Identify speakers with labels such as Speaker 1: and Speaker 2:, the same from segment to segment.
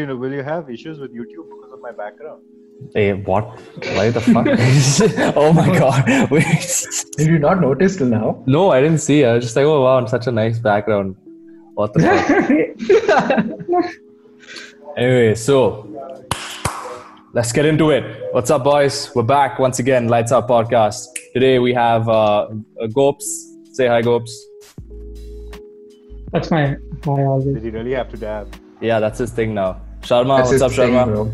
Speaker 1: have issues with YouTube because of my background.
Speaker 2: Hey, what? Why the fuck? oh my god. Wait.
Speaker 3: Did you not notice till now?
Speaker 2: No, I didn't see. I was just like, oh wow, such a nice background. What the fuck? Anyway, so let's get into it. What's up, boys? We're back once again, Lights Out Podcast. Today we have uh, Gopes. Say hi, Gopes.
Speaker 4: That's my hi always.
Speaker 1: Did you really have to dab?
Speaker 2: Yeah, that's his thing now. Sharma, what's
Speaker 3: That's his
Speaker 2: up,
Speaker 3: thing,
Speaker 2: Sharma?
Speaker 3: bro.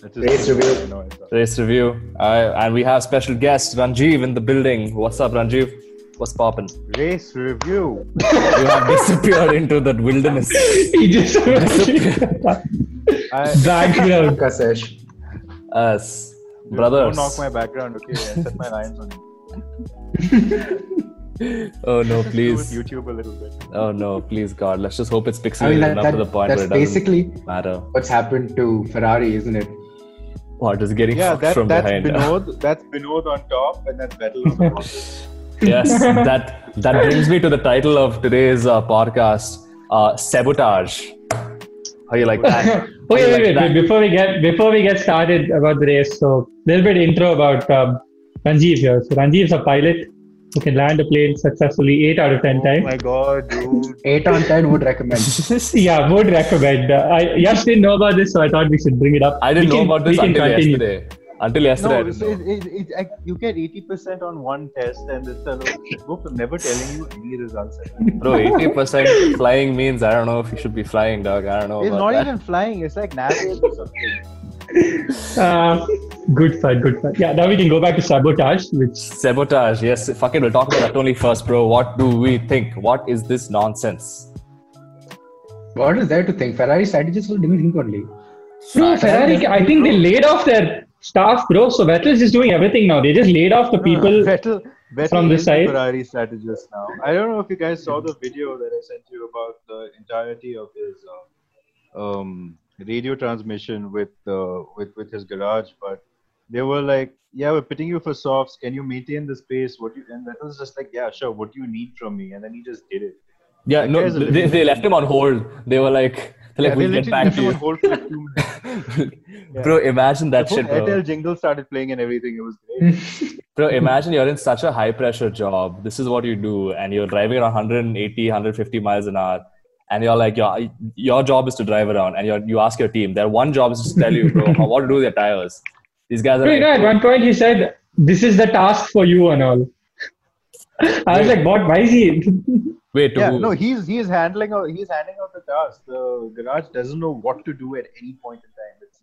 Speaker 1: That's
Speaker 3: Race review.
Speaker 1: I know it's a-
Speaker 2: Race review. Uh, and we have special guest Ranjiv in the building. What's up, Ranjiv? What's poppin'?
Speaker 1: Race review.
Speaker 2: You have disappeared into that wilderness.
Speaker 4: He just
Speaker 1: I,
Speaker 4: background.
Speaker 3: Kasesh.
Speaker 2: Us,
Speaker 1: Dude,
Speaker 2: brothers.
Speaker 1: Don't knock my background, okay? I set my lines on you.
Speaker 2: Oh no,
Speaker 1: Do
Speaker 2: please.
Speaker 1: with YouTube a little bit.
Speaker 2: Oh no, please God. Let's just hope it's pixelated
Speaker 3: I mean, that,
Speaker 2: enough
Speaker 3: that-
Speaker 2: to the point
Speaker 3: that's
Speaker 2: where it doesn't
Speaker 3: basically
Speaker 2: matter.
Speaker 3: what's happened to Ferrari, isn't it?
Speaker 2: What is getting
Speaker 1: Yeah,
Speaker 2: fucked
Speaker 1: that,
Speaker 2: from
Speaker 1: that's
Speaker 2: behind?
Speaker 1: Binod. That's Binod on top, and that's Vettel on the bottom.
Speaker 2: yes, that that brings me to the title of today's uh, podcast: uh, sabotage. How you like that? Like
Speaker 4: Wait, wait, wait,
Speaker 2: that.
Speaker 4: wait. Before we get before we get started about the race, so little bit intro about um, Ranjiv here. So Ranjiv's a pilot who can land a plane successfully eight out of ten
Speaker 1: Oh
Speaker 4: times.
Speaker 1: my god, dude.
Speaker 3: 8 on 10 would recommend.
Speaker 4: Yeah, would recommend. Uh, I Yash didn't know about this, so I thought we should bring it up.
Speaker 2: I didn't
Speaker 4: We
Speaker 2: know
Speaker 4: can-
Speaker 2: about
Speaker 4: we
Speaker 2: this
Speaker 4: can
Speaker 2: until
Speaker 4: continue.
Speaker 2: yesterday. Until yesterday,
Speaker 1: No,
Speaker 2: I
Speaker 1: it's,
Speaker 2: didn't know.
Speaker 1: it's, it's, it's, like you get 80% on one test, and it's a little book never telling you any results. at all.
Speaker 2: Bro, eighty percent flying means I don't know if you should be flying, dog. I don't know.
Speaker 1: It's
Speaker 2: about
Speaker 1: not
Speaker 2: that.
Speaker 1: even flying, it's like narrative or something.
Speaker 4: Uh, good fun, good fun. Yeah, now we can go back to sabotage, which
Speaker 2: sabotage. Yes, fuck it. We'll talk about that only first, bro. What do we think? What is this nonsense?
Speaker 3: what is there to think? Ferrari strategists will doing think only.
Speaker 2: Oh.
Speaker 4: Bro, Ferrari, I think they laid off their staff, bro. So Vettel's just doing everything now. They just laid off the people.
Speaker 1: Vettel, Vettel
Speaker 4: from the
Speaker 1: is
Speaker 4: side.
Speaker 1: Ferrari strategist now. I don't know if you guys saw the video that I sent you about the entirety of his uh, um, radio transmission with uh, with with his garage, but they were like, "Yeah, we're pitting you for softs. Can you maintain the space? What you?" And Vettel's just like, "Yeah, sure. What do you need from me?" And then he just did it.
Speaker 2: Yeah,
Speaker 1: That
Speaker 2: no,
Speaker 1: guy's a
Speaker 2: they,
Speaker 1: little-
Speaker 2: they left him on hold. They were like, they're like
Speaker 1: Yeah,
Speaker 2: we'll
Speaker 1: they
Speaker 2: get back
Speaker 1: left
Speaker 2: to
Speaker 1: him on
Speaker 2: you.
Speaker 1: hold for like two minutes.
Speaker 2: Bro, imagine that
Speaker 1: The whole
Speaker 2: shit, bro.
Speaker 1: Airtel jingle started playing and everything. It was great.
Speaker 2: Bro, imagine you're in such a high pressure job. This is what you do, and you're driving around 180, 150 miles an hour. And you're like, your your job is to drive around, and you you ask your team. Their one job is to tell you, bro, how, what to do with their tires. These guys are
Speaker 4: Bro, you know,
Speaker 2: like,
Speaker 4: at one point he said, "This is the task for you and all." I was like, "What? Why is he?"
Speaker 2: wait, to
Speaker 1: yeah,
Speaker 2: who?
Speaker 1: no, he's he's handling out he's handing out the task. The garage doesn't know what to do at any point in time. It's,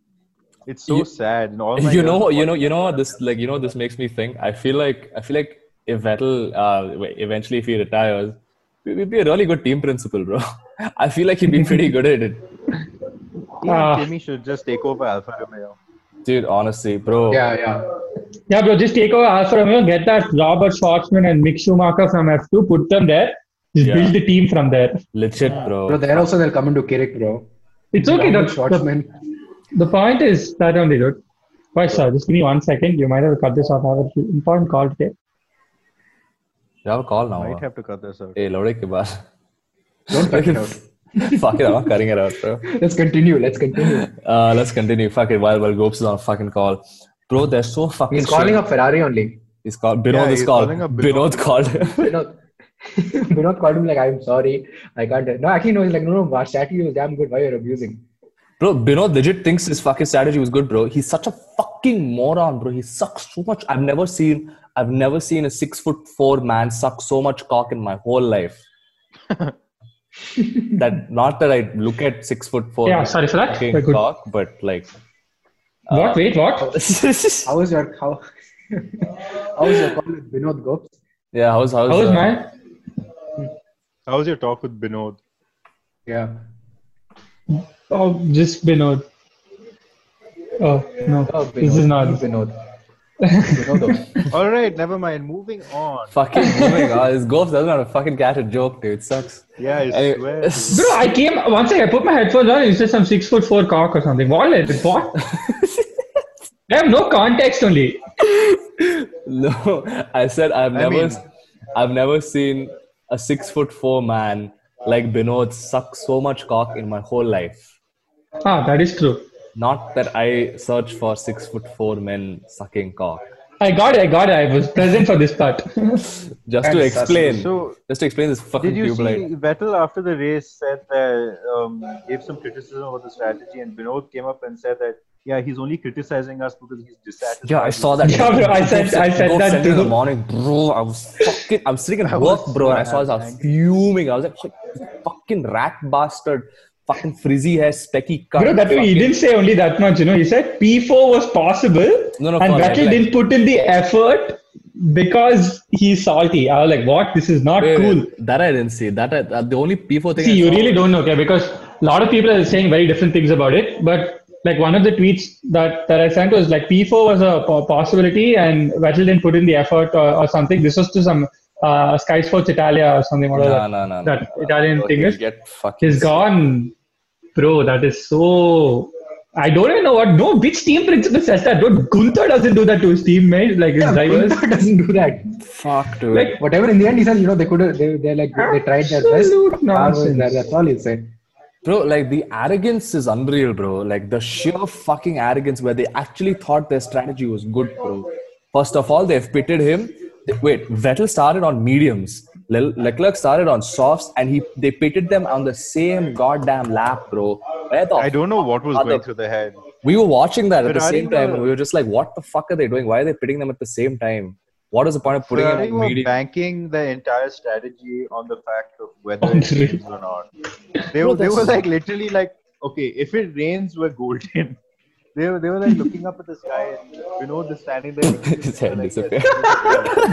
Speaker 1: it's so
Speaker 2: You-
Speaker 1: sad. And all Oh my
Speaker 2: you know
Speaker 1: girls
Speaker 2: you know
Speaker 1: watch
Speaker 2: you know
Speaker 1: it.
Speaker 2: what this like you know what this makes me think i feel like i feel like if vettel uh, wait, eventually if he retires we would be a really good team principal bro i feel like he'd be pretty good at it
Speaker 1: He and
Speaker 4: Ah.
Speaker 1: Kimi should just take over Alfa Romeo.
Speaker 2: dude honestly bro
Speaker 3: Yeah, yeah.
Speaker 4: Yeah, bro, just take over Alfa Romeo, get that Robert Schwartzman and Mick Schumacher from F2, put them there, just
Speaker 2: Yeah.
Speaker 4: build the team from there.
Speaker 2: legit bro
Speaker 3: Bro, there also they'll come into Kirik, bro.
Speaker 4: It's okay. The,
Speaker 3: Robert
Speaker 4: the,
Speaker 3: Schwartzman.
Speaker 4: the point is that only, dude. Why, sir? Just give me one second. You might have cut this off. I have an important call today.
Speaker 2: you have a call now
Speaker 1: Might
Speaker 2: huh?
Speaker 1: have to cut this out.
Speaker 2: hey lode ke baad
Speaker 3: Don't cut it out.
Speaker 2: fuck it i'm not cutting it out bro
Speaker 3: Let's continue. Let's continue.
Speaker 2: uh, let's continue fuck it while while gopes is on a fucking call bro there's so fucking
Speaker 3: He's calling
Speaker 2: shit.
Speaker 3: up Ferrari only.
Speaker 2: he's called binod
Speaker 1: Yeah,
Speaker 2: is
Speaker 1: he's
Speaker 2: called
Speaker 1: calling up Binod.
Speaker 2: binod called
Speaker 3: Vinod, Vinod called him like, I'm sorry, I can't. No, actually, no, he's like, no, no, our strategy was damn good. Why you're abusing?
Speaker 2: Bro, Binod legit thinks his fucking strategy was good, bro. He's such a fucking moron, bro. He sucks so much. I've never seen I've never seen a six foot four man suck so much cock in my whole life. that not that I look at six foot four
Speaker 4: Yeah, sorry for that.
Speaker 2: fucking
Speaker 4: We're good.
Speaker 2: cock, but like Uh,
Speaker 4: What? Wait, what?
Speaker 3: How was your how? how was your call with Vinod Gops?
Speaker 2: Yeah, how's how's
Speaker 4: How was
Speaker 2: uh,
Speaker 4: mine?
Speaker 1: How was your talk with Binod?
Speaker 3: Yeah.
Speaker 4: Oh, just Binod. Oh no,
Speaker 3: Oh,
Speaker 4: this is not.
Speaker 3: Vinod. Vinod.
Speaker 1: all right, never mind. Moving on.
Speaker 2: fucking moving on? This Gopes doesn't want to fucking catch a joke, dude. It sucks.
Speaker 1: Yeah, I
Speaker 2: Anyway-
Speaker 1: swear. dude.
Speaker 4: Bro, I came once I put my headphones on. It's just some six foot four cock or something. What? is- What? I have no context only.
Speaker 2: No, I said I've
Speaker 1: I
Speaker 2: never,
Speaker 1: mean-
Speaker 2: I've never seen a six foot four man like Binod suck so much cock in my whole life.
Speaker 4: Ah, that is true.
Speaker 2: Not that I search for six foot four men sucking cock.
Speaker 4: I got it. I got it. I was present for this part.
Speaker 2: Just to
Speaker 3: That's-
Speaker 2: explain,
Speaker 1: So-
Speaker 2: just to explain this fucking
Speaker 1: Did you see
Speaker 2: tubelite.
Speaker 1: Vettel after the race said that um, gave some criticism of the strategy, and Vinod came up and said that yeah, he's only criticizing us because he's dissatisfied.
Speaker 2: Yeah, I saw that.
Speaker 4: Yeah, bro, I said- I said
Speaker 2: Both
Speaker 4: that
Speaker 2: sent in the
Speaker 4: too.
Speaker 2: morning, bro. I was fucking. I'm sitting at work, bro, and I saw this. I was fuming. I was like, "Fuck- fucking rat bastard, fucking frizzy hair, specky cut.
Speaker 4: Bro, that way he
Speaker 2: fucking-
Speaker 4: didn't say only that much. You know, he said P4 was possible,
Speaker 2: No, no,
Speaker 4: and
Speaker 2: correct,
Speaker 4: Vettel
Speaker 2: like-
Speaker 4: didn't put in the effort because he's salty. I was like, what? This is not
Speaker 2: Wait, wait,
Speaker 4: cool.
Speaker 2: That I didn't see. That, I, that the only P4 thing. I
Speaker 4: See, you
Speaker 2: saw-
Speaker 4: really don't know, okay? Because a lot of people are saying very different things about it. But like one of the tweets that, that I sent was like P4 was a po- possibility and Vettel didn't put in the effort or, or something. This was to some uh, Sky Sports Italia or something. Whatever
Speaker 2: No,
Speaker 4: that,
Speaker 2: no, no.
Speaker 4: that
Speaker 2: no.
Speaker 4: Italian
Speaker 2: Bro,
Speaker 4: thing
Speaker 2: he'll
Speaker 4: is.
Speaker 2: Get fucking.
Speaker 4: He's gone. Bro, that is so. I don't even know what. No, which team principal says that? Dude, Gunther doesn't do that to his teammates, like his drivers.
Speaker 3: Gunther doesn't do that.
Speaker 2: Fuck, dude.
Speaker 4: Like-
Speaker 3: Whatever in the end he says, you know, they could have they they like they tried their best.
Speaker 4: Absolute
Speaker 3: Car was
Speaker 4: nonsense.
Speaker 3: there, That's all he said.
Speaker 2: Bro, like the arrogance is unreal, bro. Like the sheer fucking arrogance where they actually thought their strategy was good, bro. First of all, they've pitted him. They- Wait, Vettel started on mediums. Le- Leclerc started on softs, and he they pitted them on the same goddamn lap, bro. Where the
Speaker 1: I don't know what was
Speaker 2: Other-
Speaker 1: going through the head.
Speaker 2: we were watching that at the
Speaker 1: Ferrari
Speaker 2: same time, and
Speaker 1: were-
Speaker 2: we were just like, "What the fuck are they doing? Why are they pitting them at the same time? What is the point of putting
Speaker 1: Ferrari
Speaker 2: them on
Speaker 1: were
Speaker 2: medium?"
Speaker 1: banking the entire strategy on the fact of whether
Speaker 4: On
Speaker 1: it
Speaker 4: the
Speaker 1: rains or not. They, were, they were like literally like, okay, if it rains, we're golden. They were, they were like looking up at the sky and you know they're standing there.
Speaker 2: His head
Speaker 1: Like,
Speaker 2: disappeared.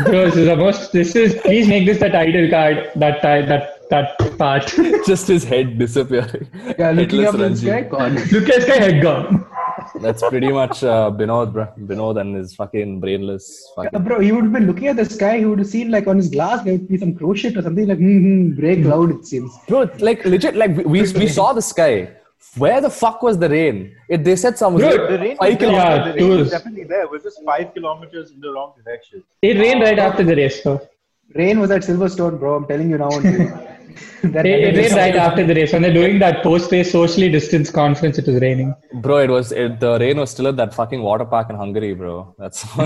Speaker 4: Bro, this is the most. This is. Please make this the title card. That ti- that that part.
Speaker 2: just his head disappearing.
Speaker 3: Yeah, looking
Speaker 2: Headless
Speaker 3: up in the
Speaker 2: Ranji.
Speaker 3: sky, gone.
Speaker 4: Look at Sky head gone.
Speaker 2: That's pretty much uh, Binod, bro. Binod and his fucking brainless.
Speaker 3: Yeah,
Speaker 2: Fucking...
Speaker 3: bro, he would have been looking at the sky. He would have seen like on his glass there would be some crow shit or something like hmm, hmm gray cloud. It seems.
Speaker 2: Bro, like legit, like we, we, we saw the sky. Where the fuck was the rain? It, they said some
Speaker 4: Bro,
Speaker 1: The rain,
Speaker 2: five
Speaker 1: was there,
Speaker 2: kilometers.
Speaker 4: yeah,
Speaker 1: the rain was
Speaker 4: tourists.
Speaker 1: definitely there. It was just five kilometers in the wrong direction.
Speaker 4: It rained right after the race, so
Speaker 3: Rain was at Silverstone, bro. I'm telling you now. that
Speaker 4: it, it rained right after the race when they're doing that post-race socially distanced conference. It was raining.
Speaker 2: Bro, it was it, the rain was still at that fucking water park in Hungary, bro. That's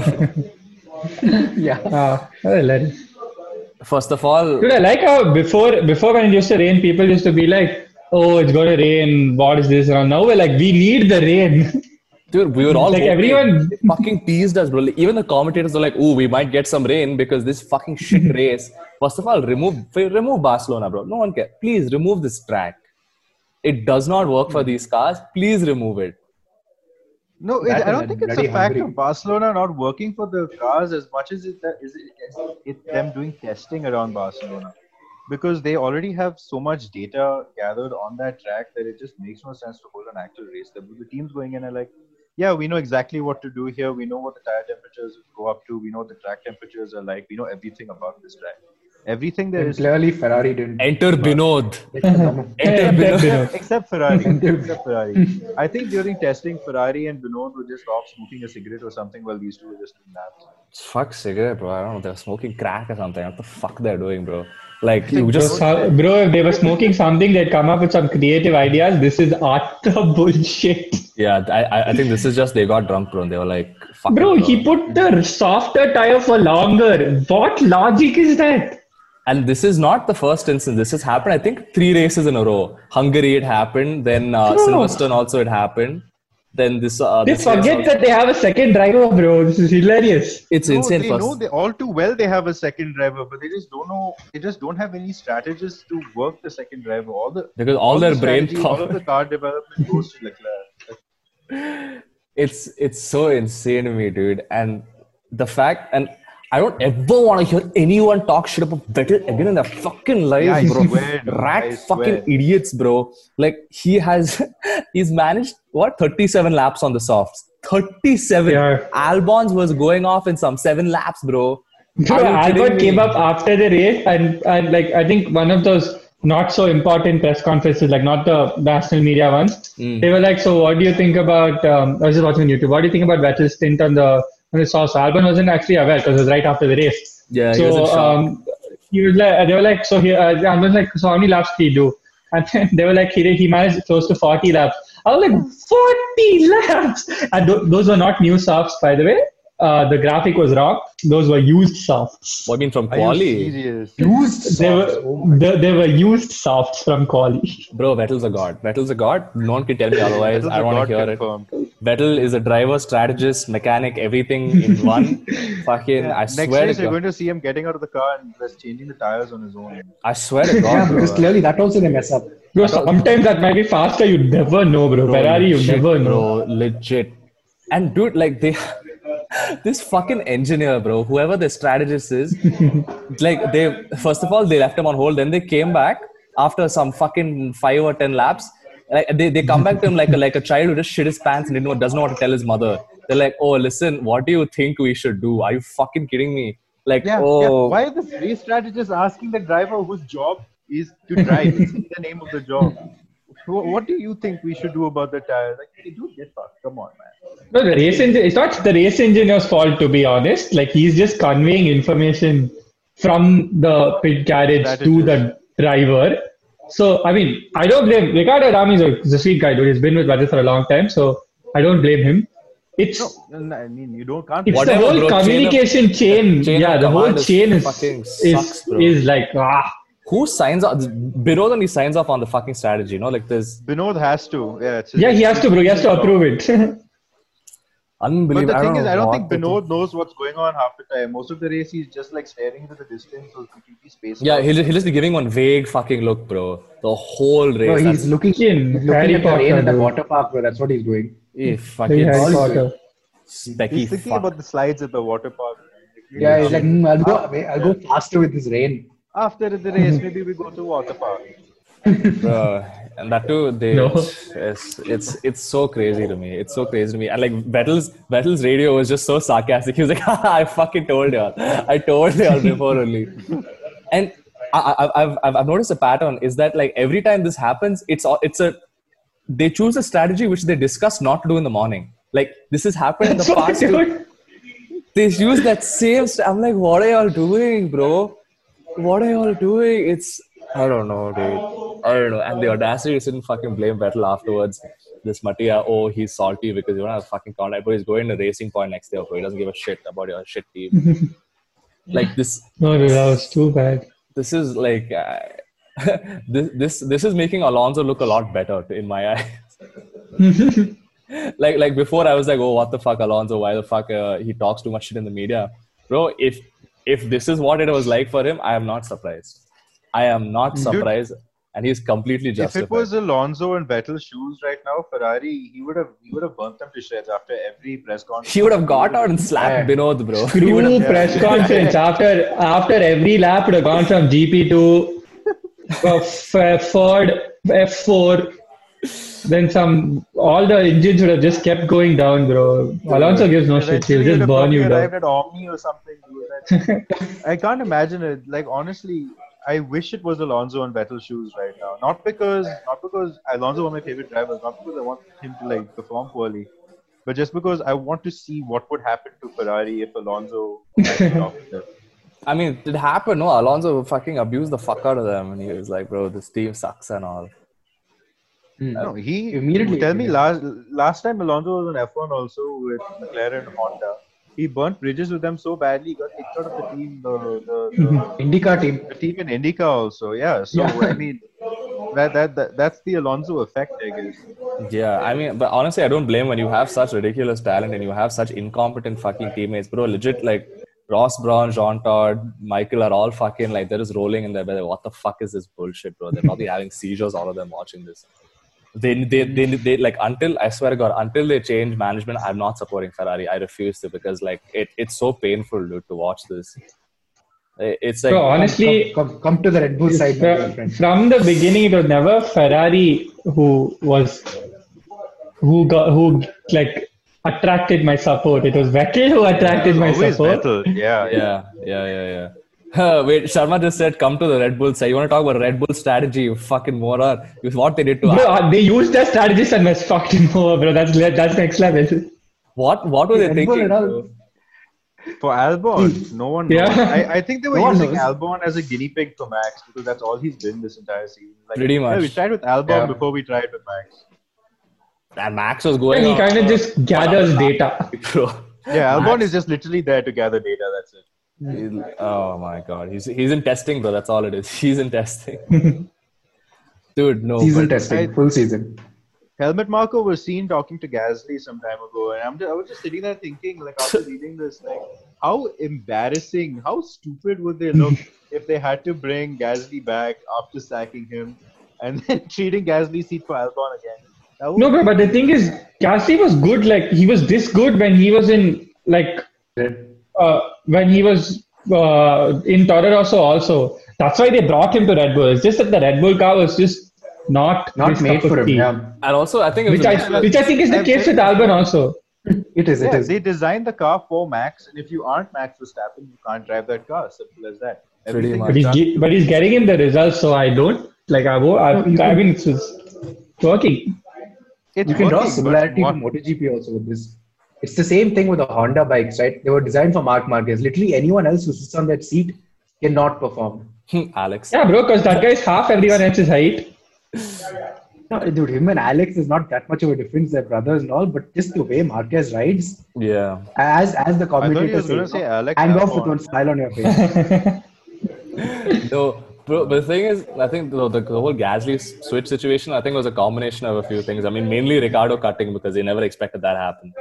Speaker 3: yeah.
Speaker 4: Ah, what a legend.
Speaker 2: first of all.
Speaker 4: Dude, I like how before before when it used to rain, people used to be like, "Oh, it's going to rain. What is this?" And now we're like, "We need the rain."
Speaker 2: Dude, we were all
Speaker 4: Like,
Speaker 2: hoping.
Speaker 4: everyone-
Speaker 2: They fucking teased us, bro. Like, even the commentators were like, "Ooh, we might get some rain because this fucking shit race." First of all, remove f- remove Barcelona, bro. No one cares. Please remove this track. It does not work
Speaker 4: Hmm.
Speaker 2: for these cars. Please remove it.
Speaker 1: No, it,
Speaker 3: That
Speaker 1: I don't
Speaker 3: and
Speaker 1: think it's a
Speaker 3: bloody
Speaker 1: fact
Speaker 3: Hungary.
Speaker 1: of Barcelona not working for the cars as much as it is it, it's- it's them doing testing around Barcelona because they already have so much data gathered on that track that it just makes no sense to hold an actual race. The, the teams going in are like, yeah, we know exactly what to do here. We know what the tire temperatures go up to. We know what the track temperatures are like. We know everything about this track. Everything there
Speaker 3: And
Speaker 1: is
Speaker 3: clearly Ferrari didn't.
Speaker 2: Enter Binod. Enter Binod.
Speaker 4: Except
Speaker 1: Except Ferrari. except Ferrari. I think during testing, Ferrari and Vinod were just off smoking a cigarette or something while these two were just doing laps.
Speaker 2: Fuck cigarette, bro. I don't know. They're smoking crack or something. What the fuck they're doing, bro? Like
Speaker 4: Bro,
Speaker 2: you just
Speaker 4: so- bro, if they were smoking something, they'd come up with some creative ideas. This is utter bullshit.
Speaker 2: yeah. I I- I think this is just they got drunk, bro. And they were like, fuck.
Speaker 4: Bro,
Speaker 2: it,
Speaker 4: he put the softer tire for longer. What logic is that?
Speaker 2: And this is not the first instance. This has happened, I think, three races in a row. Hungary, it happened. Then uh,
Speaker 4: Bro.
Speaker 2: Silverstone, also, it happened. Then this. Uh,
Speaker 4: They
Speaker 2: this race
Speaker 4: forget
Speaker 2: also-
Speaker 4: that they have a second driver, bro. This is hilarious.
Speaker 2: It's
Speaker 1: No,
Speaker 2: insane.
Speaker 1: they
Speaker 2: first.
Speaker 1: know they all too well they have a second driver, but they just don't know. They just don't have any strategists to work the second driver. All the
Speaker 2: Because all their
Speaker 1: the
Speaker 2: brain
Speaker 1: strategy, all of
Speaker 2: power-
Speaker 1: the car development goes to Leclerc.
Speaker 2: it's it's so insane to me, dude. And the fact, and I don't ever want to hear anyone talk shit about Vettel again in their fucking life,
Speaker 1: Yeah, I
Speaker 2: bro.
Speaker 1: swear, dude.
Speaker 2: Rat
Speaker 1: I
Speaker 2: fucking
Speaker 1: swear.
Speaker 2: idiots, bro. Like he has, he's managed what 37 laps on the softs. 37.
Speaker 4: Yeah.
Speaker 2: Albon's was going off in some seven laps, bro.
Speaker 4: Bro,
Speaker 2: Are you kidding
Speaker 4: Albert
Speaker 2: me?
Speaker 4: came up after the race, and, and like I think one of those not so important press conferences, like not the national media ones.
Speaker 2: Hmm.
Speaker 4: They were like, "So, what do you think about?" Um, I was just watching on YouTube. What do you think about Vettel's stint on the on the sauce? Albon wasn't actually aware because it was right after the race.
Speaker 2: Yeah, he
Speaker 4: so
Speaker 2: was in shock.
Speaker 4: um, he was like, they were like, "So here," uh, Albon was like, "So how many laps did he do?" And then they were like, "He did, he managed close to 40 laps." I was like, 40 laps. And th- those were not new softs, by the way. Uh, the graphic was wrong. Those were used softs.
Speaker 2: What do you mean from
Speaker 1: Are you
Speaker 2: Quali?
Speaker 1: serious?
Speaker 3: Used
Speaker 4: They were,
Speaker 3: softs. Oh my
Speaker 4: they, they were used softs from Quali.
Speaker 2: Bro, Vettel's a god. Vettel's a god. No one can tell me otherwise.
Speaker 1: That
Speaker 2: I
Speaker 1: was
Speaker 2: want to
Speaker 1: not
Speaker 2: hear
Speaker 1: confirmed.
Speaker 2: it. Vettel is a driver, strategist, mechanic, everything in one. Fucking, I
Speaker 1: Next
Speaker 2: swear
Speaker 1: race,
Speaker 2: to
Speaker 1: you're
Speaker 2: God.
Speaker 1: going to see him getting out of the car and just changing the tires on his own.
Speaker 2: I swear to
Speaker 3: Yeah,
Speaker 2: God, bro.
Speaker 3: because clearly that also they mess up.
Speaker 4: Bro, sometimes that might be faster. You never know, bro.
Speaker 2: Bro,
Speaker 4: Ferrari, you
Speaker 2: legit,
Speaker 4: never know.
Speaker 2: Bro, legit. And dude, like they, this fucking engineer, bro, whoever the strategist is, like they first of all they left him on hold, then they came back after some fucking five or ten laps. Like they, they come back to him like a, like a child who just shit his pants and didn't know, doesn't know what to tell his mother. They're like, oh, listen, what do you think we should do? Are you fucking kidding me? Like,
Speaker 1: Yeah,
Speaker 2: oh,
Speaker 1: yeah. Why is this race strategist asking the driver whose job is to drive? it's in the name of the job. Wh- What do you think we should do about the tires? Like, hey, dude, get fucked. Come on, man.
Speaker 4: No, the race engine. It's not the race engineer's fault, to be honest. Like he's just conveying information from the pit garage
Speaker 1: That is
Speaker 4: to
Speaker 1: true.
Speaker 4: the driver. So I mean, I don't blame Ricardo Rami. is a- He's a sweet guy, dude. He's been with Vettel for a long time, so I don't blame him. It's
Speaker 1: No, no, I mean, you don't can't.
Speaker 4: it's
Speaker 2: Whatever,
Speaker 4: the whole
Speaker 2: bro, chain of-
Speaker 4: communication chain.
Speaker 2: chain
Speaker 4: yeah,
Speaker 2: of
Speaker 4: the whole
Speaker 2: command is
Speaker 4: chain is
Speaker 2: fucking
Speaker 4: is,
Speaker 2: sucks, bro.
Speaker 4: is like ah.
Speaker 2: who signs off? Binod only signs off on the fucking strategy, you know? Like there's
Speaker 1: Binod has to. Yeah, it's
Speaker 4: Yeah, he has to, bro. He has to approve it.
Speaker 1: But
Speaker 2: unbelievable.
Speaker 1: the thing is, I don't think
Speaker 2: Binod.
Speaker 1: Binod knows what's going on half the time. Most of the race, he's just like staring into the distance or completely spacing.
Speaker 2: Yeah,
Speaker 1: out.
Speaker 2: he'll, he'll just be giving one vague fucking look, bro. The whole race.
Speaker 3: No, he's
Speaker 2: That's-
Speaker 3: looking,
Speaker 4: Fucking
Speaker 3: he's looking
Speaker 4: Harry
Speaker 3: at the rain
Speaker 4: Potter,
Speaker 3: at the
Speaker 4: dude.
Speaker 3: water park, bro. That's what he's doing.
Speaker 2: eh, fucking
Speaker 4: Harry
Speaker 1: all-
Speaker 4: Potter.
Speaker 2: specky
Speaker 1: he's thinking
Speaker 2: fuck.
Speaker 1: about the slides at the water park.
Speaker 3: Yeah, he's like, "Hmm, I'll go, away. I'll go faster with this rain.
Speaker 1: after the race, maybe we go to water park.
Speaker 2: Bro, and that too, they,
Speaker 4: No.
Speaker 2: it's, it's it's so crazy to me. It's so crazy to me. And like Vettel's Vettel's radio was just so sarcastic. He was like, Haha, "I fucking told y'all. I told y'all before only." And I, I, I've I've I've noticed a pattern is that like every time this happens, it's all it's a they choose a strategy which they discuss not to do in the morning. Like this has happened in the
Speaker 4: So,
Speaker 2: past. two-
Speaker 4: dude,
Speaker 2: they use that same st- i'm like what are y'all doing bro what are y'all doing it's i don't know dude i don't know and the audacity is not fucking blame battle afterwards this Mattia, oh, he's salty because you don't have fucking contact, but he's going to Racing Point next year, bro. He doesn't give a shit about your shit team. like this,
Speaker 4: no, dude, that was too bad.
Speaker 2: this is like, uh, this, this, this is making Alonso look a lot better in my eyes. like like before i was like oh what the fuck alonso why the fuck uh, he talks too much shit in the media bro if if this is what it was like for him i am not surprised i am not surprised and he's completely
Speaker 1: If
Speaker 2: justified
Speaker 1: it was Alonso and Vettel's shoes right now, Ferrari, he would have he would have burnt them to shreds after every press conference.
Speaker 2: he would have got out and slapped
Speaker 3: Yeah.
Speaker 2: binod bro He would
Speaker 4: Screw
Speaker 2: have-
Speaker 4: press conference after after every lap would have gone from GP to uh, F- Ford F4. Then some all the engines would have just kept going down, bro. Alonso gives no shit.
Speaker 1: Eventually,
Speaker 4: He'll
Speaker 1: he'd
Speaker 4: just
Speaker 1: have
Speaker 4: burn
Speaker 1: probably
Speaker 4: you
Speaker 1: arrived
Speaker 4: down.
Speaker 1: at Omni or something. dude. That- I can't imagine it. Like honestly, I wish it was Alonso and Vettel's shoes right now. Not because not because Alonso was my favorite driver. Not because I want him to like perform poorly, but just because I want to see what would happen to Ferrari if Alonso. had stopped them.
Speaker 2: i mean it happened no alonso fucking abused the fuck out of them and he was like bro this team sucks and all
Speaker 1: No, he
Speaker 3: Immediately,
Speaker 1: Tell me,
Speaker 3: yeah.
Speaker 1: last last time Alonso was on F1 also with McLaren and Honda. He burnt bridges with them so badly, he got kicked out of the team. The, the,
Speaker 3: IndyCar team.
Speaker 1: the, the team in IndyCar also, yeah. So
Speaker 3: Yeah.
Speaker 1: I mean, that, that that that's the Alonso effect, I guess.
Speaker 2: Yeah, I mean, but honestly, I don't blame when you have such ridiculous talent and you have such incompetent fucking teammates, bro. Legit, like Ross Brown, Jean Todd, Michael are all fucking like they're just rolling in their bed. like, What the fuck is this bullshit, bro? They're probably having seizures, all of them watching this. They, they, they, they, like until I swear to God, until they change management, I'm not supporting Ferrari. I refuse to because like it, it's so painful dude, to watch this. It- It's like
Speaker 4: Bro, honestly,
Speaker 3: Come, come, come to the Red Bull side, my dear
Speaker 4: fr-
Speaker 3: friend.
Speaker 4: from the beginning, it was never Ferrari who was who got who like attracted my support. It was Vettel who attracted my
Speaker 1: Always
Speaker 4: support.
Speaker 1: Vettel, yeah, yeah.
Speaker 2: Yeah, yeah, yeah, yeah. Huh, wait, Sharma just said, "Come to the Red Bull side." You want to talk about Red Bull strategy? You fucking moron! You what they did to
Speaker 4: Bro, uh, they used their strategist and was fucked him over, bro. That's le- that's next level.
Speaker 2: what? What were they
Speaker 3: Red Bull
Speaker 2: thinking?
Speaker 3: and all.
Speaker 2: bro?
Speaker 1: For Albon, no one.
Speaker 4: Yeah.
Speaker 1: Knows. I, I think they were
Speaker 3: Hmm. No one
Speaker 1: using
Speaker 3: knows.
Speaker 1: Albon as a guinea pig for Max because that's all he's been this entire season. Like,
Speaker 2: Pretty much.
Speaker 1: "Hey, we tried with Albon
Speaker 3: Yeah.
Speaker 1: before we tried with Max.
Speaker 2: And Max was going.
Speaker 4: And
Speaker 3: uh,
Speaker 4: he
Speaker 2: on
Speaker 4: kind of
Speaker 2: for
Speaker 4: just
Speaker 2: one
Speaker 4: gathers
Speaker 2: hour and a
Speaker 4: data.
Speaker 2: half, bro.
Speaker 1: Yeah, Albon is just literally there to gather data. That's it.
Speaker 2: Oh my god, he's he's in testing, bro. That's all it is. He's in testing. Dude, no.
Speaker 3: Season
Speaker 2: but-
Speaker 3: testing,
Speaker 1: I-
Speaker 3: full season.
Speaker 1: Helmet Marco was seen talking to Gasly some time ago, and I'm just, I was just sitting there thinking, like after reading this, like how embarrassing, how stupid would they look if they had to bring Gasly back after sacking him, and then treating Gasly's seat for Albon again. That would-
Speaker 4: No, bro, but the thing is, Gasly was good. Like he was this good when he was in like uh, when he was uh, in Toro Rosso. Also, that's why they brought him to Red Bull. It's just that the Red Bull car was just not
Speaker 3: Not
Speaker 4: his
Speaker 3: made
Speaker 4: cup of
Speaker 3: for him.
Speaker 4: tea.
Speaker 3: Yeah.
Speaker 2: And also, I think it was
Speaker 4: Which
Speaker 2: a-
Speaker 4: I which I think is the
Speaker 1: I'm
Speaker 4: case
Speaker 1: very-
Speaker 4: with Albon also.
Speaker 3: It is. It
Speaker 1: Yeah,
Speaker 3: is.
Speaker 1: they designed the car for Max, and if you aren't Max Verstappen, you can't drive that car. Simple as that. Everything
Speaker 2: much.
Speaker 4: But
Speaker 1: they've
Speaker 4: he's
Speaker 1: done-
Speaker 4: ge- but he's getting him the results, so I don't like I won't. I, I mean, it's just working.
Speaker 1: It's
Speaker 3: You can draw
Speaker 1: working, but
Speaker 3: similarity to
Speaker 1: what-
Speaker 3: MotoGP also with this. It's the same thing with the Honda bikes, right? They were designed for Mark Marquez. Literally anyone else who sits on that seat cannot perform.
Speaker 2: Hmm, Alex.
Speaker 4: Yeah, bro, because that guy's half everyone else's height.
Speaker 3: No, dude, him and Alex is not that much of a difference. They're brothers and all, but just the way Marquez rides,
Speaker 2: Yeah.
Speaker 3: as as the
Speaker 1: thought you
Speaker 3: commentator
Speaker 1: was gonna
Speaker 3: said,
Speaker 1: say
Speaker 3: no,
Speaker 1: Alex
Speaker 3: hang off with
Speaker 1: Albon.
Speaker 3: one smile on your face.
Speaker 2: No, bro, but the thing is, I think the, the whole Gasly s- switch situation, I think was a combination of a few things. I mean, mainly Ricardo cutting because they never expected that happen.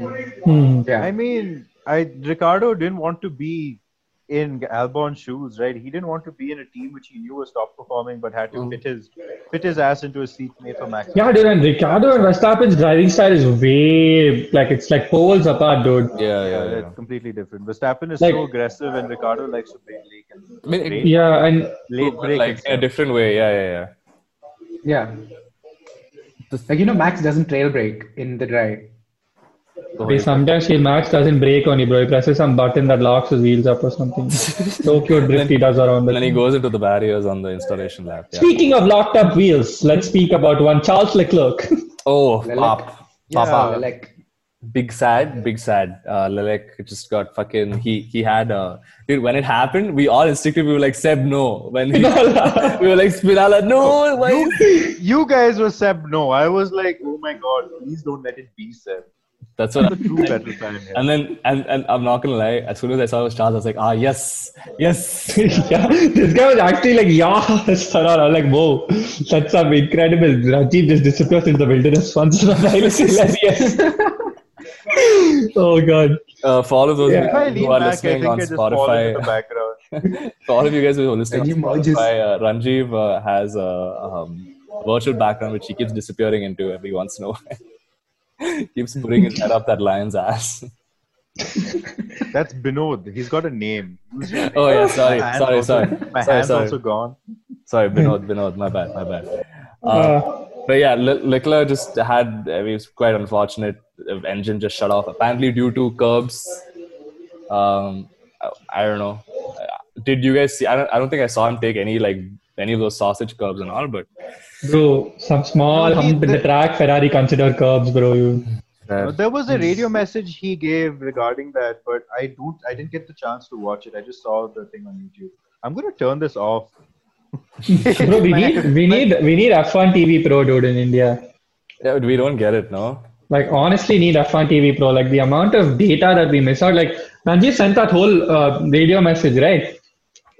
Speaker 1: I
Speaker 3: yeah,
Speaker 1: mean, I Ricardo didn't want to be in Albon's shoes, right? He didn't want to be in a team which he knew was top performing, but had to
Speaker 2: Mm-hmm.
Speaker 1: fit his fit his ass into a seat made for Max.
Speaker 4: Yeah, dude, and Ricardo and Verstappen's driving style is way like it's like poles apart, dude.
Speaker 2: Yeah, yeah,
Speaker 1: Yeah,
Speaker 2: yeah.
Speaker 1: it's completely different. Verstappen is
Speaker 4: Like-
Speaker 1: so aggressive, and Ricardo likes to break leak and
Speaker 2: I mean, it-
Speaker 1: break,
Speaker 4: Yeah, and
Speaker 1: late
Speaker 2: but,
Speaker 1: break.
Speaker 2: like
Speaker 1: and
Speaker 2: in a
Speaker 1: stuff.
Speaker 2: different way. Yeah, yeah, yeah.
Speaker 3: yeah. Like you know, Max doesn't trail break in the drive.
Speaker 4: okay, sometimes he Max doesn't break on you, bro. He presses some button that locks his wheels up or something. so cute drift he does around
Speaker 2: And then he
Speaker 4: the.
Speaker 2: goes into the barriers on the installation lap. Yeah.
Speaker 4: Speaking of locked up wheels, let's speak about one Charles Leclerc.
Speaker 2: Oh,
Speaker 3: Lelek.
Speaker 2: pop.
Speaker 1: Yeah.
Speaker 2: Papa.
Speaker 3: Uh, like
Speaker 2: Big sad, big sad. Uh, Lelek just got fucking. He he had. Uh, dude, when it happened, we all instinctively were like, Seb, no. When he, we were like, Spinala, no. Why is
Speaker 1: You guys were Seb. No, I was like, oh my god, please don't let it be Seb.
Speaker 2: That's what. I,
Speaker 1: Truth at the time. yeah.
Speaker 2: and then and, and I'm not gonna lie. As soon as I saw those stars, I was like, ah, yes, yes.
Speaker 4: yeah, this guy was actually like, yeah, Sarah. I was like, whoa, that's some incredible. Rajiv just disappears in the wilderness once in a while. It's hilarious. oh, God.
Speaker 2: Uh, for all of those
Speaker 4: Yeah.
Speaker 1: If I
Speaker 2: who
Speaker 1: lean
Speaker 2: are
Speaker 1: back, I
Speaker 2: listening
Speaker 1: think I
Speaker 2: on
Speaker 1: just fall into the
Speaker 2: Spotify,
Speaker 1: background.
Speaker 2: for all of you guys who are listening
Speaker 3: Ranjiv
Speaker 2: on
Speaker 3: merges.
Speaker 2: Spotify, uh, Ranjiv uh, has a um, virtual background which he keeps disappearing into every once in a while. keeps putting his head up that lion's ass.
Speaker 1: That's Binod. He's got a name. Use your name.
Speaker 2: Oh yeah,
Speaker 1: My
Speaker 2: sorry,
Speaker 1: hand
Speaker 2: sorry,
Speaker 1: also-
Speaker 2: sorry,
Speaker 1: My
Speaker 2: sorry,
Speaker 1: hand's
Speaker 2: sorry.
Speaker 1: also gone.
Speaker 2: Sorry, Binod, Binod, my bad, my bad. Uh,
Speaker 4: Uh,
Speaker 2: but yeah, Le- Leclerc just had, I mean, it's quite unfortunate. The engine just shut off, apparently due to curbs. Um, I, I don't know. Did you guys see? I don't, I don't think I saw him take any, like, any of those sausage curbs and all, but
Speaker 4: Bro, some small hump in the track, Ferrari consider curbs, bro. You.
Speaker 1: No, there was a radio message he gave regarding that, but I don't. I didn't get the chance to watch it. I just saw the thing on YouTube. I'm gonna turn this off.
Speaker 4: Bro, we need, we need, we need F1 TV Pro, dude, in India.
Speaker 2: yeah, but we don't get it, no?
Speaker 4: Like, honestly, need F1 TV Pro. Like, the amount of data that we miss out. Like, Ranjiv sent that whole uh, radio message, right?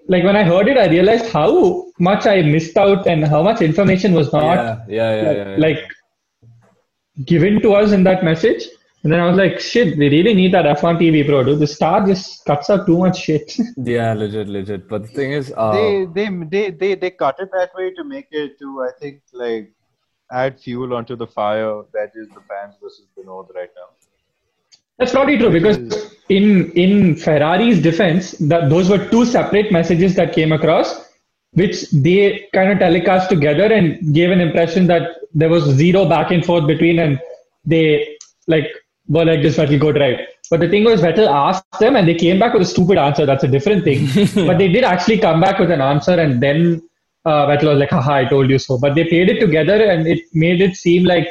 Speaker 4: Like, when I heard it, I realized how much I missed out and how much information was not
Speaker 2: yeah, yeah, yeah, yeah, yeah.
Speaker 4: like given to us in that message. And then I was like, shit, we really need that F1 TV Pro, dude. The star just cuts out too much shit.
Speaker 2: yeah, legit, legit. But the thing is, uh,
Speaker 1: They, they they they they cut it that way to make it to I think like add fuel onto the fire that is the fans versus Binod right now.
Speaker 4: That's probably true because in in Ferrari's defense, that those were two separate messages that came across, which they kind of telecast together and gave an impression that there was zero back and forth between, and they like were like this Vettel go drive. But the thing was, Vettel asked them, and they came back with a stupid answer. That's a different thing. but they did actually come back with an answer, and then uh, Vettel was like, "Haha, I told you so." But they played it together, and it made it seem like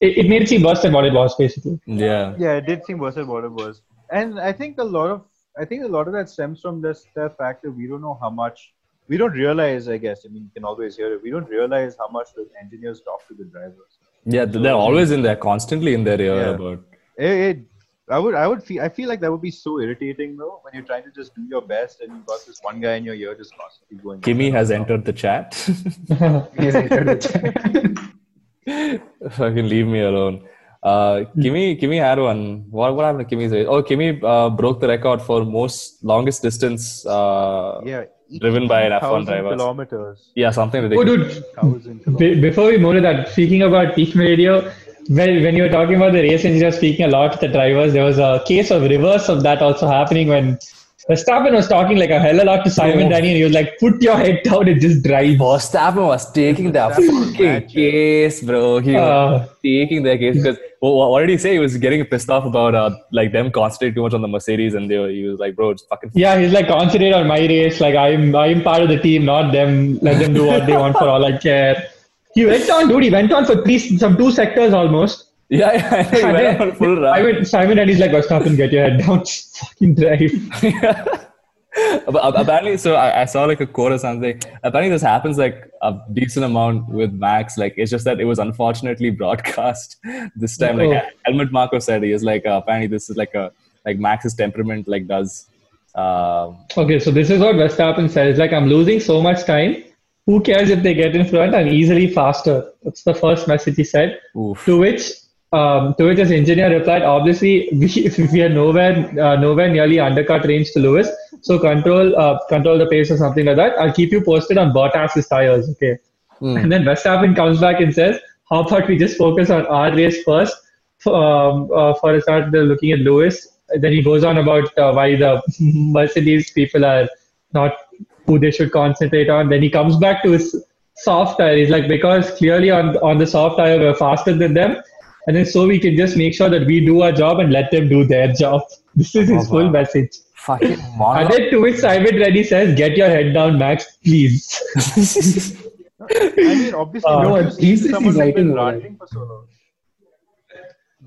Speaker 4: it, it made it seem worse than what it was, basically.
Speaker 2: yeah,
Speaker 1: Yeah, it did seem worse than what it was. And I think a lot of I think a lot of that stems from this the fact that we don't know how much we don't realize, I guess. I mean you can always hear it. We don't realize how much the engineers talk to the drivers.
Speaker 2: Yeah, th- they're always in there, constantly in their ear
Speaker 1: Yeah.
Speaker 2: about.
Speaker 1: It, it- I would, I would feel, I feel like that would be so irritating though when you're trying to just do your best and you've got this one guy in your ear just constantly going.
Speaker 2: Kimmy has entered the chat.
Speaker 3: He's entered the chat.
Speaker 2: Fucking leave me alone. Uh, Kimmy, Kimmy had one. What, what happened to Kimmy's race? Oh, Kimmy uh, broke the record for most longest distance. Uh, yeah.
Speaker 1: Yeah,
Speaker 2: Driven by an F1
Speaker 1: 1,000
Speaker 2: driver.
Speaker 1: Kilometers.
Speaker 2: something
Speaker 4: Oh,
Speaker 2: ridiculous.
Speaker 4: dude,
Speaker 1: Thousand kilometers.
Speaker 4: Be- Before we move to that, speaking about peak radio, when, when you were talking about the race engineer speaking a lot to the drivers, there was a case of reverse of that also happening when Verstappen was talking like a hell of a lot to Simon
Speaker 2: Oh.
Speaker 4: Danny and he was like, put your head down and just drive.
Speaker 2: Verstappen was taking the
Speaker 1: Verstappen was
Speaker 2: fucking
Speaker 1: mad,
Speaker 2: case, bro. He was
Speaker 4: Uh.
Speaker 2: taking the case because what, what did he say? He was getting pissed off about uh, like them concentrating too much on the Mercedes, and they were, he was like, "Bro, just fucking
Speaker 4: Yeah, he's like, concentrate on my race. Like, I'm, I'm part of the team, not them. Let them do what they want for all I care. He went on, dude. He went on for three, some two sectors almost.
Speaker 2: yeah, yeah." he went on full
Speaker 4: I
Speaker 2: run.
Speaker 4: went, Simon Danny's like, Verstappen, get your head down, just fucking drive.
Speaker 2: Ab- ab- uh, apparently, so I, I saw like a quote or something. Apparently, this happens like a decent amount with Max. Like it's just that it was unfortunately broadcast this time. Like
Speaker 4: Oh.
Speaker 2: Helmut Marko said, he was like uh, apparently this is like a like Max's temperament like does. Um,
Speaker 4: Okay, so this is what Verstappen says. Like, I'm losing so much time. Who cares if they get in front? I'm easily faster. That's the first message he said.
Speaker 2: Oof.
Speaker 4: To which, um, to which his engineer replied, obviously, we, we are nowhere, uh, nowhere nearly undercut range to Lewis. So control, uh, control the pace or something like that. I'll keep you posted on Bottas's tires. Okay. And then Verstappen comes back and says, "How about we just focus on our race first? Um, uh, for a start, they're looking at Lewis." And then he goes on about uh, why the Mercedes people are not who they should concentrate on. Then he comes back to his soft tire. He's like, "Because clearly on on the soft tire we're faster than them." And then so we can just make sure that we do our job and let them do their job. This is his full message.
Speaker 2: Fucking
Speaker 4: And
Speaker 2: monologue.
Speaker 4: then to which Simon Reddy says, "Get your head down, Max, please."
Speaker 1: I mean, obviously,
Speaker 4: Uh,
Speaker 1: don't
Speaker 3: no,
Speaker 1: you
Speaker 3: at
Speaker 1: see
Speaker 3: least he's
Speaker 1: someone who's
Speaker 3: writing
Speaker 1: been
Speaker 3: over
Speaker 1: ranting for so long.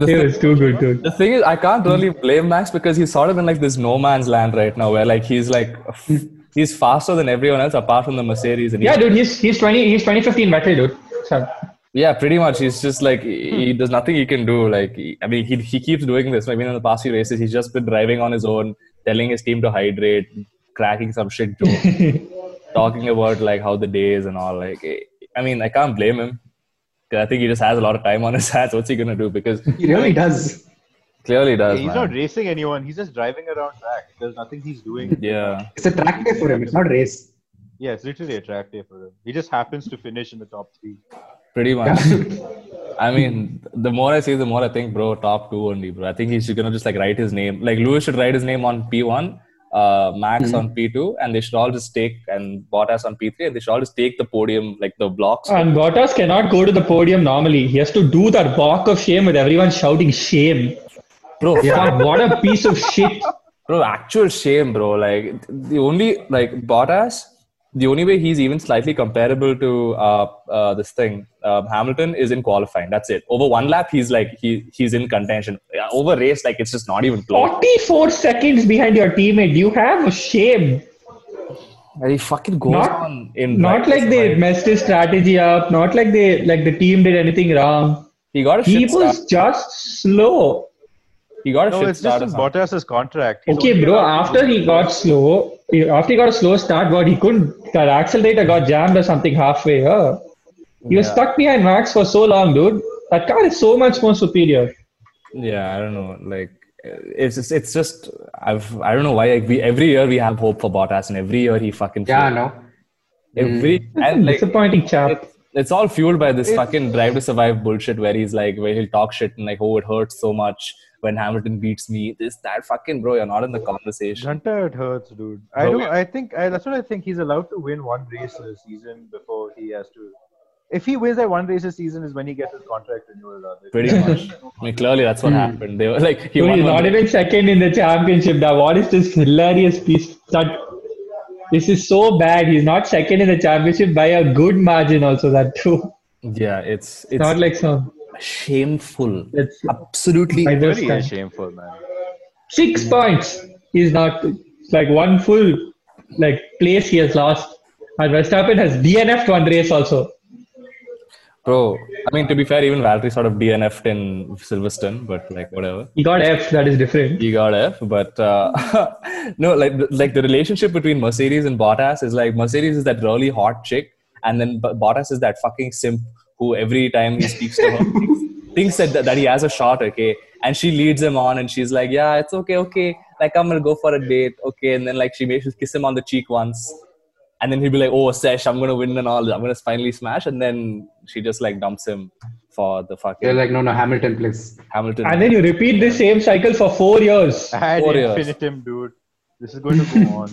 Speaker 2: The
Speaker 4: it
Speaker 2: thing-
Speaker 4: was too good, dude.
Speaker 2: The thing is, I can't really blame Max because he's sort of in like this no man's land right now, where like he's like he's faster than everyone else apart from the Mercedes. And he-
Speaker 4: Hmm. Yeah, dude, he's he's twenty he's twenty fifteen metal, dude. So,
Speaker 2: yeah, pretty much. He's just like he he- there's nothing he can do. Like he- I mean, he he keeps doing this. I mean, in the past few races, he's just been driving on his own, telling his team to hydrate, cracking some shit jokes, talking about like how the day is and all. Like I mean, I can't blame him. 'Cause I think he just has a lot of time on his hands. What's he gonna do? Because
Speaker 3: He really does.
Speaker 2: clearly he does.
Speaker 1: He's
Speaker 2: man.
Speaker 1: not racing anyone. He's just driving around track. There's nothing he's doing.
Speaker 2: yeah.
Speaker 3: It's a track day for him. It's not a race.
Speaker 1: Yeah, it's literally a track day for him. He just happens to finish in the top three.
Speaker 2: Pretty much. I mean, the more I see, the more I think, bro, top two only, bro. I think he's gonna just like write his name. Like Lewis should write his name on P one, uh, Max on P two, and they should all just take and Bottas on P three, and they should all just take the podium, like the blocks.
Speaker 4: and Bottas cannot go to the podium normally. He has to do that walk of shame with everyone shouting shame.
Speaker 2: Bro,
Speaker 4: God, what a piece of shit.
Speaker 2: bro, actual shame, bro. Like the only like Bottas, the only way he's even slightly comparable to uh, uh this thing, um, Hamilton is in qualifying. That's it. Over one lap, he's like he he's in contention. Yeah, Over race, like it's just not even close.
Speaker 4: Forty four seconds behind your teammate. You have shame.
Speaker 2: And he fucking goes
Speaker 4: Not-
Speaker 2: on in
Speaker 4: Not
Speaker 2: practice,
Speaker 4: like they
Speaker 2: like,
Speaker 4: messed his strategy up. Not like they like the team did anything wrong.
Speaker 2: he got a
Speaker 4: He
Speaker 2: shit start.
Speaker 4: was just slow.
Speaker 2: He got a
Speaker 1: No,
Speaker 2: shit
Speaker 1: it's
Speaker 2: start.
Speaker 1: just
Speaker 2: or
Speaker 1: in
Speaker 2: something.
Speaker 1: Bottas's contract. He's
Speaker 4: Okay,
Speaker 1: only
Speaker 4: bro.
Speaker 1: allowed to
Speaker 4: After
Speaker 1: do-
Speaker 4: he got slow, after he got a slow start, what he couldn't that accelerator got jammed or something halfway. Huh? He was
Speaker 2: Yeah.
Speaker 4: stuck behind Max for so long, dude. That car is so much more superior.
Speaker 2: Yeah, I don't know. Like it's just, it's just I've I don't know why like we every year we have hope for Bottas and every year he fucking
Speaker 3: Yeah,
Speaker 2: fails.
Speaker 3: no.
Speaker 2: every and like
Speaker 4: Disappointing chap.
Speaker 2: it's, Mm. it's all fueled by this fucking drive to survive bullshit where he's like where he'll talk shit and like oh it hurts so much when Hamilton beats me this that fucking bro you're not in the conversation.
Speaker 1: Gunter, it hurts, dude. I
Speaker 2: Bro,
Speaker 1: don't.
Speaker 2: we-
Speaker 1: I think I, that's what I think. He's allowed to win one race a season before he has to. If he wins that one race a season, is when he gets his contract renewal. Rather. If
Speaker 2: Pretty
Speaker 1: he-
Speaker 2: much. I mean, clearly that's what happened. They were like he
Speaker 4: Dude,
Speaker 2: won
Speaker 4: he's
Speaker 2: one
Speaker 4: not
Speaker 2: race.
Speaker 4: even second in the championship. Now, what is this hilarious piece? That this is so bad. He's not second in the championship by a good margin. Also, that too.
Speaker 2: Yeah, it's it's
Speaker 4: Not like some.
Speaker 2: shameful.
Speaker 4: It's
Speaker 2: Absolutely
Speaker 4: I just
Speaker 1: Very
Speaker 4: can't.
Speaker 1: shameful, man.
Speaker 4: six
Speaker 2: Hmm.
Speaker 4: points is not it's like one full like place he has lost and Verstappen has DNF'd one race also
Speaker 2: Bro, I mean, to be fair, even Valtteri sort of DNF'd in Silverstone, but like, whatever.
Speaker 4: He got F, that is different.
Speaker 2: You got F, but uh, no, like like the relationship between Mercedes and Bottas is like Mercedes is that really hot chick, and then B- Bottas is that fucking simp who every time he speaks to her thinks, thinks that that he has a shot, okay, and she leads him on, and she's like, yeah, it's okay, okay, like I'm gonna go for a date, okay, and then like she makes kiss him on the cheek once. And then he'll be like, "Oh, Sesh, I'm gonna win and all. I'm gonna finally smash." And then she just like dumps him for the
Speaker 3: They're
Speaker 2: fucking
Speaker 3: like, no, no, Hamilton, please.
Speaker 2: Hamilton.
Speaker 4: And then you repeat the same cycle for four years.
Speaker 1: Had
Speaker 2: Four years.
Speaker 1: infinitum, dude. This is going to go on.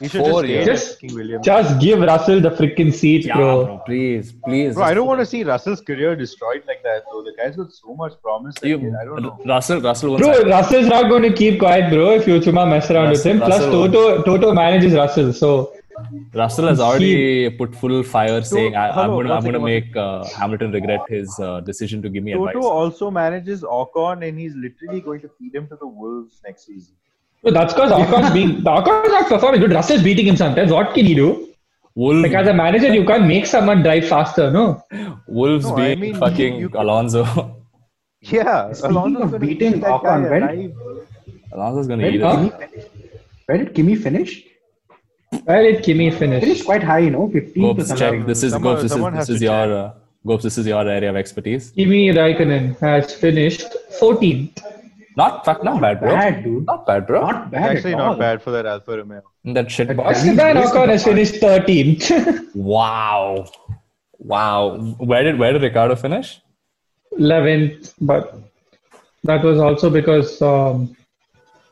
Speaker 1: We should
Speaker 2: Four
Speaker 1: just
Speaker 2: years.
Speaker 1: date
Speaker 4: Just-
Speaker 1: fucking Williams.
Speaker 4: Just give Russell the freaking seat,
Speaker 2: yeah,
Speaker 4: bro.
Speaker 2: bro, please, please.
Speaker 1: Bro, I
Speaker 2: just-
Speaker 1: don't want to see Russell's career destroyed like that, though. The guy's got so much promise. I
Speaker 2: You,
Speaker 1: mean, I don't know.
Speaker 2: Russell, Russell wants
Speaker 4: Bro, Russell's not going to keep quiet, bro, if you Chuma mess around with him. Plus,
Speaker 2: Russell-
Speaker 4: Toto Toto manages Russell. So,
Speaker 2: Russell has already put full fire saying I, I'm
Speaker 1: hello,
Speaker 2: gonna
Speaker 1: one
Speaker 2: I'm gonna
Speaker 1: second, one
Speaker 2: make uh, Hamilton regret his uh, decision to give me
Speaker 1: Toto
Speaker 2: advice.
Speaker 1: also manages Ocon, and he's literally going to feed him to the wolves next season.
Speaker 4: bro, that's because Ocon's being. Ocon's not performing. Dude, Russell's beating him sometimes. What can he do?
Speaker 2: Wolves,
Speaker 4: Like, as a manager, you can't make someone drive faster, no?
Speaker 2: Wolves
Speaker 1: No, I
Speaker 2: being
Speaker 1: mean,
Speaker 2: fucking
Speaker 1: you- you-
Speaker 2: Alonso.
Speaker 1: Yeah,
Speaker 3: Speaking of beating Ocon, when-
Speaker 2: Alonso's gonna
Speaker 3: Where
Speaker 2: eat
Speaker 3: did,
Speaker 2: it.
Speaker 3: Kimi finish? Where did Kimi finish?
Speaker 4: Where did Kimi
Speaker 3: Finished
Speaker 4: finish?
Speaker 3: quite high, you know, 15 to
Speaker 2: Gopes,
Speaker 3: something.
Speaker 2: check. This is
Speaker 1: Someone-
Speaker 2: Gopes. This is
Speaker 1: someone
Speaker 2: this
Speaker 1: has
Speaker 2: is
Speaker 1: to
Speaker 2: your uh, Gopes. This is your area of expertise.
Speaker 4: Kimi Raikkonen has finished 14th.
Speaker 2: Not fuck. Not bad, bro.
Speaker 3: Bad, dude.
Speaker 2: Not bad, bro.
Speaker 3: Not bad.
Speaker 1: Actually,
Speaker 3: at
Speaker 1: not
Speaker 3: all.
Speaker 1: bad for that Alfa Romeo.
Speaker 2: that shit. box.
Speaker 4: Esteban Ocon has finished 13th.
Speaker 2: Wow, wow. Where did where did Ricardo finish?
Speaker 4: 11th, but that was also because um,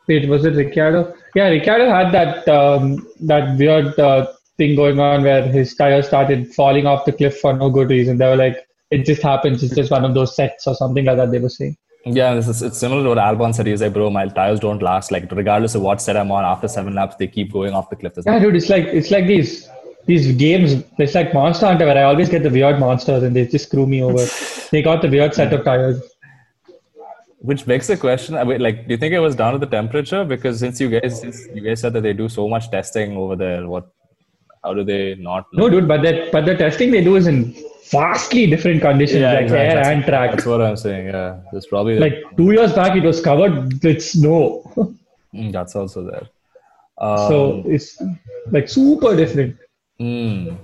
Speaker 4: wait, was it Ricciardo? Yeah, Ricciardo had that um, that weird uh, thing going on where his tires started falling off the cliff for no good reason. They were like, it just happens. It's just one of those sets or something like that. They were saying.
Speaker 2: Yeah, this is, it's similar to what Albon said. He's like, bro, my tires don't last. Like, regardless of what set I'm on, after seven laps, they keep going off the cliff. There's
Speaker 4: Yeah, dude, it's like it's like these these games. It's like Monster Hunter where I always get the weird monsters and they just screw me over. they got the weird set of tires.
Speaker 2: Which begs the question: I mean, Like, do you think it was down to the temperature? Because since you guys, since you guys said that they do so much testing over there, what, how do they not? Know?
Speaker 4: No, dude, but that but the testing they do is in vastly different conditions, like
Speaker 2: exactly.
Speaker 4: air
Speaker 2: That's-
Speaker 4: and track.
Speaker 2: That's what I'm saying. Yeah, there's probably
Speaker 4: like two years back it was covered with snow
Speaker 2: Mm, that's also there. Um,
Speaker 4: so it's like super different
Speaker 2: Mm.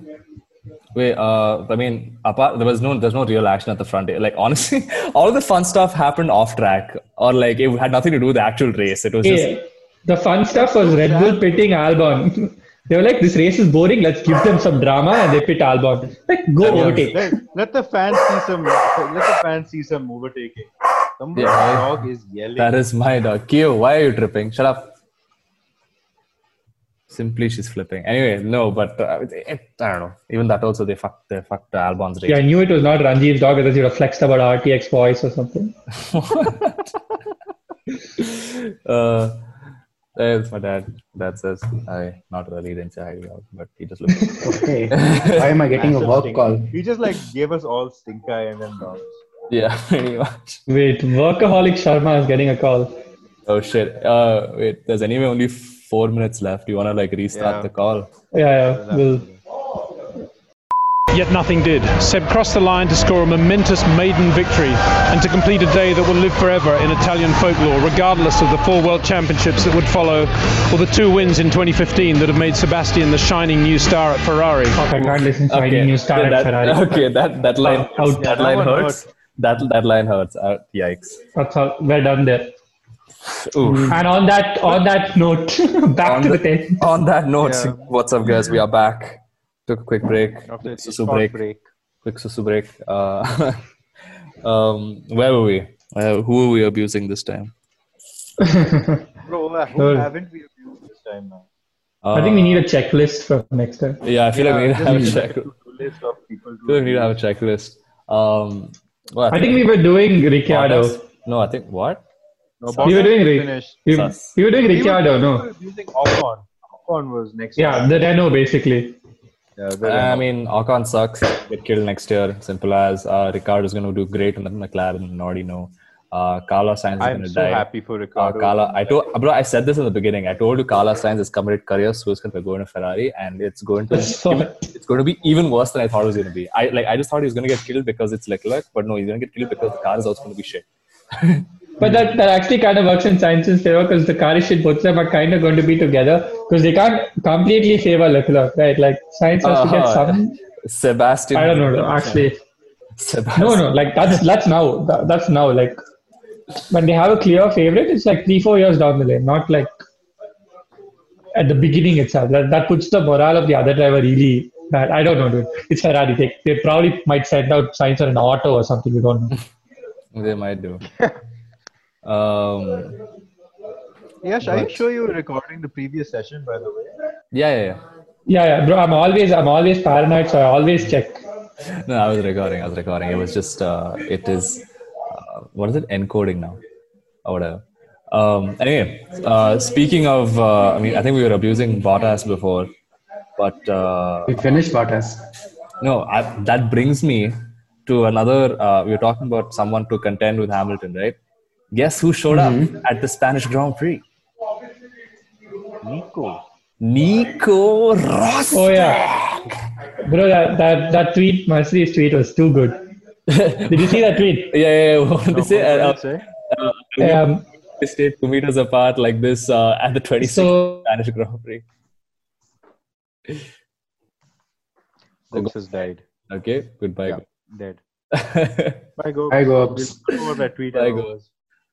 Speaker 2: Wait, uh, I mean, apart there was no, there's no real action at the front. Like honestly, all the fun stuff happened off track, or like it had nothing to do with the actual race. It was just
Speaker 4: yeah. the fun stuff was red bull pitting albon they were like this race is boring let's give them some drama and they pit albon like go overtake
Speaker 1: Let, let the fans see some. Let the fans see some overtaking. Somebody's
Speaker 2: Yeah.
Speaker 1: dog is yelling.
Speaker 2: that is my dog. Kyo, why are you tripping? Shut up. Simply, she's flipping. Anyway, no, but uh, it- it- I don't know. Even that also, they fucked, they fucked Albon's race.
Speaker 4: yeah, I knew it was not Ranjiv's dog, otherwise you'd have flexed about RTX voice or something.
Speaker 2: uh, that's my dad. That says I not really didn't say hi to dog, but he just looked.
Speaker 3: Okay. Why am I getting a
Speaker 1: Massive
Speaker 3: work
Speaker 1: stink-
Speaker 3: call?
Speaker 1: He just like gave us all stink eye and then dogs.
Speaker 2: yeah, pretty much.
Speaker 4: Wait, workaholic Sharma is getting a call.
Speaker 2: Oh shit! Uh, wait. There's anyway only four minutes left. You wanna like restart
Speaker 1: Yeah.
Speaker 2: the call?
Speaker 4: Yeah, yeah. We'll,
Speaker 5: Yet nothing did. Seb crossed the line to score a momentous maiden victory and to complete a day that will live forever in Italian folklore, regardless of the four World Championships that would follow or the two wins in 2015 that have made Sebastian the shining new star at Ferrari.
Speaker 4: fuck, I can't listen to any new star
Speaker 2: yeah,
Speaker 4: at
Speaker 2: that,
Speaker 4: Ferrari.
Speaker 2: okay. That that line.
Speaker 4: Out. Yeah,
Speaker 2: that
Speaker 1: that
Speaker 2: line
Speaker 1: one
Speaker 2: hurts. That that line hurts. Uh, yikes.
Speaker 4: That's all. We're done there.
Speaker 2: Oof.
Speaker 4: And on that on that note, back
Speaker 2: On
Speaker 4: to the,
Speaker 2: the-
Speaker 4: tent.
Speaker 2: On that note,
Speaker 1: Yeah.
Speaker 2: what's up, guys? We are back. Took a quick break.
Speaker 1: After a
Speaker 2: Susu
Speaker 1: short
Speaker 2: break.
Speaker 1: break.
Speaker 2: Quick susu break. Uh, um, where were we? Uh, who were we abusing this time?
Speaker 1: Bro, who
Speaker 4: Sure.
Speaker 1: haven't we abused this time now?
Speaker 2: Uh,
Speaker 4: I think we need a checklist for next time.
Speaker 2: Yeah, I feel like we need to
Speaker 1: Uh, just
Speaker 2: have a
Speaker 1: make
Speaker 2: check. I
Speaker 1: to-do list of people to
Speaker 2: feel like we need to have a checklist. Um, well,
Speaker 4: I think we were doing
Speaker 2: Bottas-
Speaker 4: Ricciardo.
Speaker 2: No, I think what?
Speaker 1: No,
Speaker 4: We
Speaker 1: Bottas
Speaker 4: were doing
Speaker 1: is
Speaker 4: Ric-
Speaker 1: finished.
Speaker 4: we,
Speaker 2: Sus.
Speaker 4: we were doing
Speaker 1: We were-
Speaker 4: Ricciardo,
Speaker 1: we
Speaker 4: no?
Speaker 1: were Using Ocon. Ocon was next.
Speaker 4: Yeah, the Renault basically.
Speaker 1: yeah
Speaker 2: I mean, Ocon sucks. Get killed next year. Simple as. Uh, Ricardo is going to do great in the McLaren. We already know. uh, Carlos Sainz is going
Speaker 1: I'm
Speaker 2: to
Speaker 1: so
Speaker 2: die.
Speaker 1: happy for
Speaker 2: Uh,
Speaker 1: Ricardo.
Speaker 2: Carla, I told, bro, I said this in the beginning. I told you Carla Sainz has committed career suicide by going to Ferrari, and it's going to
Speaker 4: So-
Speaker 2: it's going to be even worse than I thought it was going to be. I like I just thought he was going to get killed because it's like luck, but no, he's going to get killed because the car is also going to be shit.
Speaker 4: But that, that actually kind of works in science's favor because the car is shit. Both of them are kind of going to be together because they can't completely favor Leclerc, right? Like science has to get
Speaker 2: Uh-huh.
Speaker 4: some.
Speaker 2: Sebastian,
Speaker 4: I don't know. Actually,
Speaker 2: Sebastian,
Speaker 4: no, no. Like that's that's now. That, that's now. Like when they have a clear favorite, it's like three, four years down the lane, not like at the beginning itself. That that puts the morale of the other driver really. Bad. I don't know, dude. It's Ferrari. They, they probably might send out science on an auto or something. You don't know.
Speaker 2: they might do. um,
Speaker 1: Yes, are you sure you were recording the previous session, by the way?
Speaker 2: yeah, yeah, yeah.
Speaker 4: Yeah, yeah, bro. I'm always I'm always paranoid, so I always check.
Speaker 2: No, I was recording. I was recording. It was just, uh, it is, uh, what is it? Encoding now or whatever. Um, anyway, uh, speaking of, uh, I mean, I think we were abusing Bottas before, but uh,
Speaker 3: We finished Bottas.
Speaker 2: no, I, that brings me to another. Uh, we were talking about someone to contend with Hamilton, right? Guess who showed
Speaker 1: Mm-hmm.
Speaker 2: up at the Spanish Grand Prix?
Speaker 1: Nico.
Speaker 2: Nico Rosberg.
Speaker 4: Oh yeah, bro. That that that tweet, Mercedes tweet was too good. Did you see that tweet?
Speaker 2: Yeah, yeah, yeah. What did they say?
Speaker 1: what did
Speaker 2: Uh,
Speaker 1: it say?
Speaker 2: uh,
Speaker 4: Um,
Speaker 2: they stayed two meters apart like this uh, at the 26th
Speaker 4: So-
Speaker 2: Spanish Grand Prix.
Speaker 1: Gox has died.
Speaker 2: Okay, goodbye.
Speaker 1: Yeah, dead. Bye,
Speaker 3: Bye,
Speaker 1: Gox.
Speaker 3: Gox.
Speaker 1: We'll go over that tweet.
Speaker 2: Bye,
Speaker 1: now.
Speaker 2: Gox.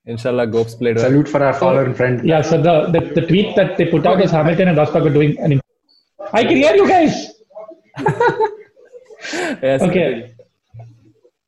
Speaker 2: Inshallah, Gopes played. well.
Speaker 3: Salute for our fallen friend.
Speaker 4: yeah. So the, the the tweet that they put out was Hamilton and Rosberg were doing. An, I can hear you guys.
Speaker 2: Yes,
Speaker 4: Okay.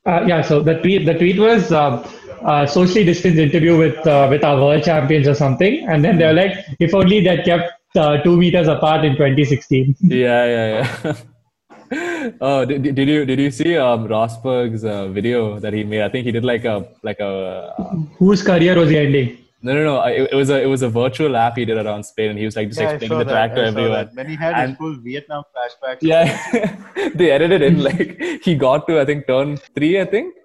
Speaker 4: Uh, yeah. So the tweet the tweet was um, uh, socially distanced interview with uh, with our world champions or something, and then they were like, if only they had kept uh, two meters apart in 2016.
Speaker 2: Yeah, yeah, yeah. oh, did, did you did you see um, Rosberg's uh, video that he made? I think he did like a like a uh,
Speaker 4: Whose career was he ending?
Speaker 2: no no no. uh, It, it was a it was a virtual app he did around Spain, and he was like just
Speaker 1: Yeah, I
Speaker 2: explaining
Speaker 1: saw
Speaker 2: the track
Speaker 1: that,
Speaker 2: to
Speaker 1: I saw
Speaker 2: everyone.
Speaker 1: that. When he had his
Speaker 2: And-
Speaker 1: full Vietnam flashback.
Speaker 2: Yeah, they edited in like he got to I think turn three, I think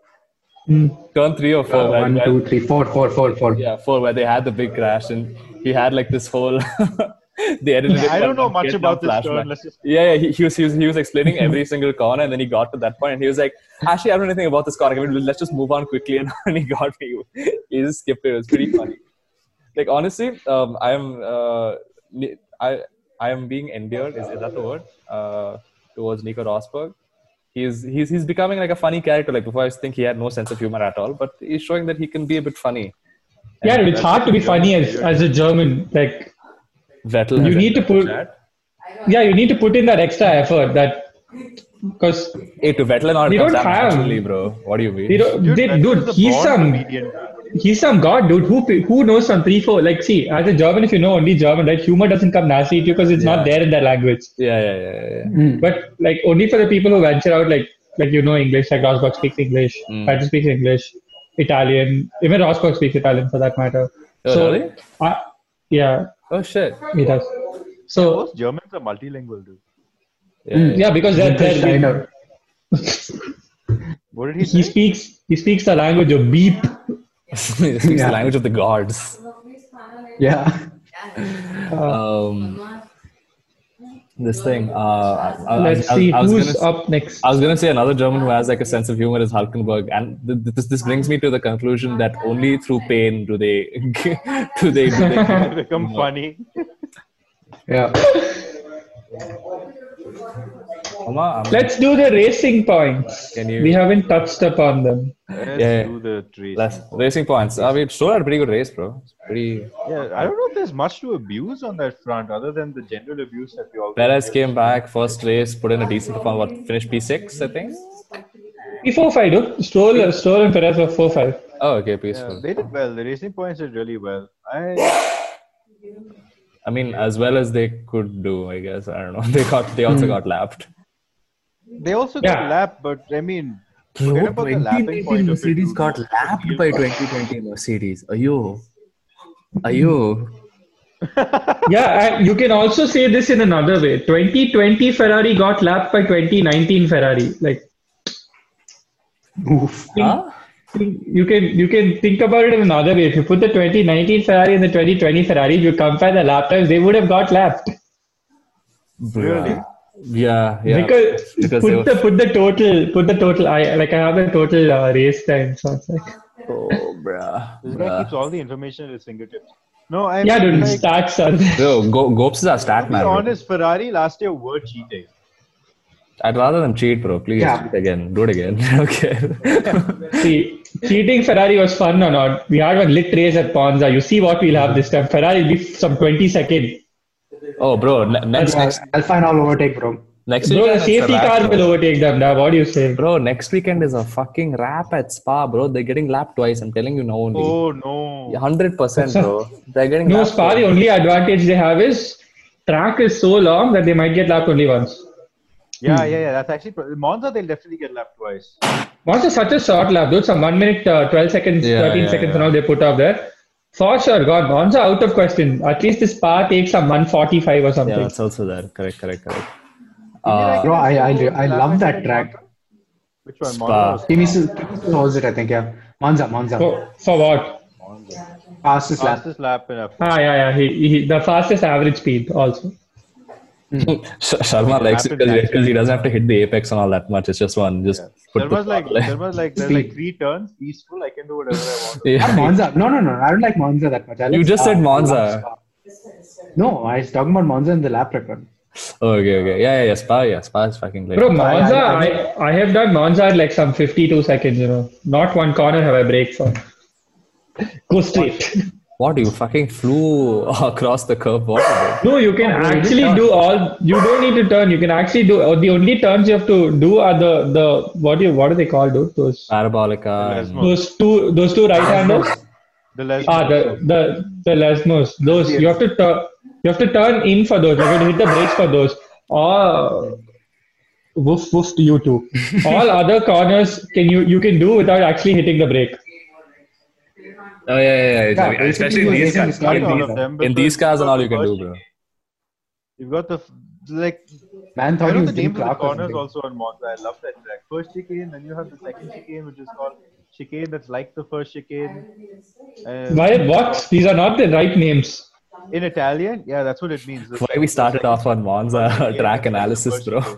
Speaker 4: Hmm.
Speaker 2: turn three or four. where-
Speaker 3: One,
Speaker 2: where-
Speaker 3: two, three, four, four, four, four.
Speaker 2: yeah, four where they had the big crash and he had like this whole. they edited. it
Speaker 1: I
Speaker 2: for
Speaker 1: don't know
Speaker 2: one
Speaker 1: much
Speaker 2: Vietnam
Speaker 1: about this
Speaker 2: flashback.
Speaker 1: turn. Let's just
Speaker 2: Yeah, yeah he, he, was, he was he was explaining every single corner, and then he got to that point, and he was like, "Actually, I don't know anything about this corner. I mean, let's just move on quickly." And, and he got me. He just skipped it. It was pretty funny. Like honestly, um, I'm uh, Ni- I I am being endeared. Is, is that the word? Uh, towards Nico Rosberg, he's he's he's becoming like a funny character. Like before, I used to think he had no sense of humor at all, but he's showing that he can be a bit funny.
Speaker 4: Yeah, dude, it's hard to be funny as, as a German. Like,
Speaker 2: Vettel,
Speaker 4: You
Speaker 2: has
Speaker 4: need to
Speaker 2: entered the
Speaker 4: put-
Speaker 2: chat.
Speaker 4: yeah, you need to put in that extra effort. That because
Speaker 2: Hey, to Vettel, not
Speaker 4: We
Speaker 2: comes
Speaker 4: don't
Speaker 2: out
Speaker 4: have-
Speaker 2: naturally, bro. What do you mean?
Speaker 4: they don't,
Speaker 1: Dude,
Speaker 4: they,
Speaker 1: Vettel
Speaker 4: dude
Speaker 1: is a
Speaker 4: he's
Speaker 1: born
Speaker 4: some
Speaker 1: comedian.
Speaker 4: he's some god, dude. Who pe- who knows some three four? Like, see, as a German, if you know only German, right? Humor doesn't come naturally to you because it's not there in their language.
Speaker 2: Yeah, yeah, yeah, yeah, yeah.
Speaker 4: But like, only for the people who venture out, like like you know English, like Rosberg speaks English,
Speaker 2: Hmm.
Speaker 4: mm. speaks English, Italian. Even Rosberg speaks Italian for that matter.
Speaker 2: Oh,
Speaker 4: so,
Speaker 2: really?
Speaker 4: I- yeah,
Speaker 2: Oh shit.
Speaker 4: he does. So
Speaker 1: Most Germans are multilingual, dude.
Speaker 2: Yeah,
Speaker 4: yeah, because they're, they're,
Speaker 3: Kind of.
Speaker 1: What did he
Speaker 4: he
Speaker 1: say?
Speaker 4: speaks he speaks the language of beep.
Speaker 2: Uh, It speaks the
Speaker 3: Yeah.
Speaker 2: language of the gods.
Speaker 3: Yeah.
Speaker 2: Um, this thing. Uh, I, I- I,
Speaker 4: Let's
Speaker 2: I,
Speaker 4: see
Speaker 2: I was
Speaker 4: who's
Speaker 2: gonna,
Speaker 4: up next.
Speaker 2: I was gonna say another German who has like a sense of humor is Hulkenberg, and th- th- this this brings me to the conclusion that only through pain do they do they, do they
Speaker 1: Become funny.
Speaker 3: Yeah.
Speaker 2: Mama, I'm-
Speaker 4: Let's do the racing points.
Speaker 2: Can you-
Speaker 4: We haven't touched upon them.
Speaker 1: Let's
Speaker 2: Yeah.
Speaker 1: do the trees.
Speaker 2: that's- racing points. I mean, sure, had a pretty good race, bro. It's pretty.
Speaker 1: Yeah, I don't know if there's much to abuse on that front other than the general abuse that we all
Speaker 2: Perez came back first race, put in a decent performance. What finished P six, I think.
Speaker 4: P four five, dude. Stroll, Stroll and Perez were four five.
Speaker 2: Oh, okay,
Speaker 1: Yeah,
Speaker 2: peaceful.
Speaker 1: they did well. The racing points did really well. I
Speaker 2: I mean, as well as they could do, I guess. I don't know. They got they also got lapped.
Speaker 1: they also got
Speaker 4: Yeah.
Speaker 1: lapped, but I mean, forget about the lapping point of it, dude.
Speaker 2: lapped by 2020 Mercedes. Ayo. Ayo.
Speaker 4: Yeah, I, you can also say this in another way. 2020 Ferrari got lapped by 2019 Ferrari. Like
Speaker 3: Oof.
Speaker 2: Huh?
Speaker 4: you can you can think about it in another way. If you put the 2019 Ferrari and the 2020 Ferrari, if you compare the lap times, they would have got lapped.
Speaker 1: Really?
Speaker 2: Yeah, yeah.
Speaker 4: Because,
Speaker 2: they
Speaker 4: put
Speaker 2: were-
Speaker 4: the put the total put the total. I like I have the total uh, race time. So it's like
Speaker 2: oh, bruh,
Speaker 1: This guy keeps
Speaker 2: bruh.
Speaker 1: all the information at his fingertips. No, I
Speaker 4: yeah,
Speaker 1: mean,
Speaker 4: dude,
Speaker 1: like,
Speaker 4: stats are there.
Speaker 2: Yo, Go- Gopes is our
Speaker 1: to
Speaker 2: stat
Speaker 1: be
Speaker 2: man. bro.
Speaker 1: honest, Ferrari last year were cheating.
Speaker 2: I'd rather them cheat, bro. Please
Speaker 3: Yeah.
Speaker 2: cheat again. Do it again. okay.
Speaker 4: See, cheating Ferrari was fun or not? We had one lit race at Ponza. You see what we'll have this time. Ferrari will be some 20 second.
Speaker 2: oh, bro. Ne- next, next,
Speaker 3: Alpine all overtake, bro.
Speaker 2: next
Speaker 4: Bro, the
Speaker 2: weekend. it's a
Speaker 4: safety
Speaker 2: wrap,
Speaker 4: car
Speaker 2: bro.
Speaker 4: will overtake them. Now, what do you say?
Speaker 2: Bro, next weekend is a fucking wrap at Spa, bro. They're getting lapped twice. I'm telling you now only.
Speaker 1: Oh no!
Speaker 2: Hundred percent, bro. They're getting
Speaker 4: No,
Speaker 2: lapped
Speaker 4: Spa, the
Speaker 2: twice.
Speaker 4: only advantage they have is track is so long that they might get lapped only once.
Speaker 1: Yeah, yeah, yeah. That's actually pro- Monza. They'll definitely get lapped twice.
Speaker 4: Once is such a short lap, dude. Some 1 minute, uh, 12 seconds,
Speaker 2: Yeah,
Speaker 4: 13
Speaker 2: yeah,
Speaker 4: seconds,
Speaker 2: yeah.
Speaker 4: and all they put up there. For sure, God, Monza out of question. At least this Spa takes some 145 or something.
Speaker 2: Yeah, it's also there. Correct, correct, correct.
Speaker 1: Did
Speaker 2: Uh,
Speaker 1: you
Speaker 3: Bro, I-
Speaker 1: like
Speaker 3: I-
Speaker 1: it?
Speaker 3: I love that track.
Speaker 1: Which one?
Speaker 2: Spa.
Speaker 1: Monza. or
Speaker 3: Kimi Su- Kimi Su- owns it, I think. Yeah, Monza, Monza,
Speaker 2: Oh.
Speaker 4: For, for what?
Speaker 3: fastest lap.
Speaker 1: Fastest lap in F1.
Speaker 4: Ah, yeah, yeah. He, he, the fastest average speed also.
Speaker 2: Sh- Sharma likes it because he doesn't have to hit the apex and all that much. It's just one. Just put
Speaker 1: There
Speaker 2: the
Speaker 1: was like
Speaker 2: throttle.
Speaker 1: there was like there's like three turns. Peaceful. I can do whatever I want.
Speaker 3: Not
Speaker 2: yeah.
Speaker 3: Monza. No, no, no. I don't like Monza that much. I like
Speaker 2: You just
Speaker 3: Spa.
Speaker 2: said Monza.
Speaker 3: No, I was talking about Monza in the lap record.
Speaker 2: Okay, okay. Yeah, yeah, yeah. Spa, yeah. Spa is fucking late.
Speaker 4: Bro,
Speaker 3: I-
Speaker 4: Monza,
Speaker 3: I-
Speaker 4: I, I, have done Monza at like some 52 seconds, you know. Not one corner have I break for. Go straight.
Speaker 2: What you fucking flew across the curb? What? bro?
Speaker 4: no, you can actually do all, you don't need to turn. You can actually do, or the only turns you have to do are the, the what do you, what do they call, dude? Those,
Speaker 2: Parabolica.
Speaker 1: Uh,
Speaker 2: and-
Speaker 4: those two, those two right handers
Speaker 1: The Les
Speaker 4: are Ah, the, the, the Lesmos. Those, you have to turn, you have to turn in for those. You have to hit the brakes for those. Or, woof, woof to you two. all other corners can you, you can do without actually hitting the brake.
Speaker 2: Oh yeah, yeah, yeah.
Speaker 3: Yeah,
Speaker 2: Especially in
Speaker 3: basically
Speaker 2: these
Speaker 3: you're
Speaker 2: cars.
Speaker 3: racing
Speaker 1: Not
Speaker 3: in
Speaker 1: all
Speaker 3: these-
Speaker 1: of them.
Speaker 2: In
Speaker 1: because
Speaker 2: these cars and all, you
Speaker 1: you've
Speaker 2: can
Speaker 1: got
Speaker 2: do,
Speaker 1: the
Speaker 2: bro.
Speaker 1: first- You've got the f- like.
Speaker 3: Man
Speaker 1: I
Speaker 3: thought he
Speaker 1: know
Speaker 3: was
Speaker 1: the
Speaker 3: Jim
Speaker 1: names of the
Speaker 3: Clark or
Speaker 1: corners
Speaker 3: something.
Speaker 1: also on Monza. I love that track. First chicane, then you have the second chicane, which is called chicane. That's like the first chicane. Uh,
Speaker 4: Why what? These are not the right names.
Speaker 1: In Italian, yeah, that's what it means. It's
Speaker 2: Why
Speaker 1: like
Speaker 2: we
Speaker 1: the
Speaker 2: started
Speaker 1: second
Speaker 2: off on Monza
Speaker 1: chicane,
Speaker 2: track
Speaker 1: that's like the
Speaker 2: analysis,
Speaker 1: first
Speaker 2: bro.
Speaker 1: chicane.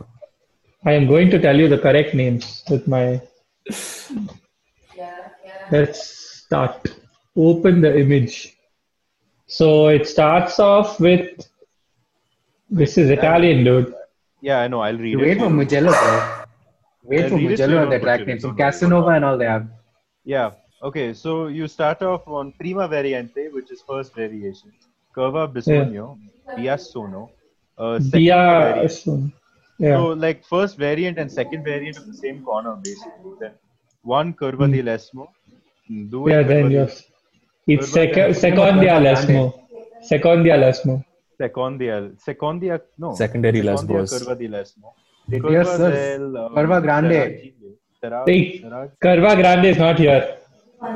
Speaker 4: I am going to tell you the correct names with my. Let's start. Open the image. So it starts off with. This is Italian, dude.
Speaker 1: Yeah, I know. I'll read
Speaker 3: You
Speaker 1: it.
Speaker 3: wait for Mugello, bro. Wait
Speaker 1: Yeah,
Speaker 3: for
Speaker 1: read it
Speaker 3: Mugello
Speaker 1: slow,
Speaker 3: and their
Speaker 1: don't
Speaker 3: track
Speaker 1: push it,
Speaker 3: names.
Speaker 1: don't
Speaker 3: And
Speaker 1: worry.
Speaker 3: Casanova and all they have.
Speaker 1: Yeah. Okay. So you start off on prima variante, which is first variation. Curva bisogno, dia sono. Uh, second
Speaker 4: Yeah.
Speaker 1: variant. So
Speaker 4: Yeah.
Speaker 1: like first variant and second variant of the same corner basically. Then one curva di lesmo, due
Speaker 4: Hmm. Yeah,
Speaker 1: curva
Speaker 4: then
Speaker 1: di
Speaker 4: yours. It's sec-
Speaker 1: Urban-
Speaker 4: Secondia Lesmo. Secondia Lesmo.
Speaker 1: secondia, secondia no.
Speaker 2: Secondary
Speaker 1: secondia
Speaker 2: lesbos.
Speaker 1: curva di lesmo.
Speaker 3: Dear
Speaker 1: Curva
Speaker 3: sirs,
Speaker 1: del, um,
Speaker 3: curva grande.
Speaker 1: Serragile. Serra-
Speaker 4: Hey,
Speaker 1: Serra-
Speaker 4: Carva Grande is not here.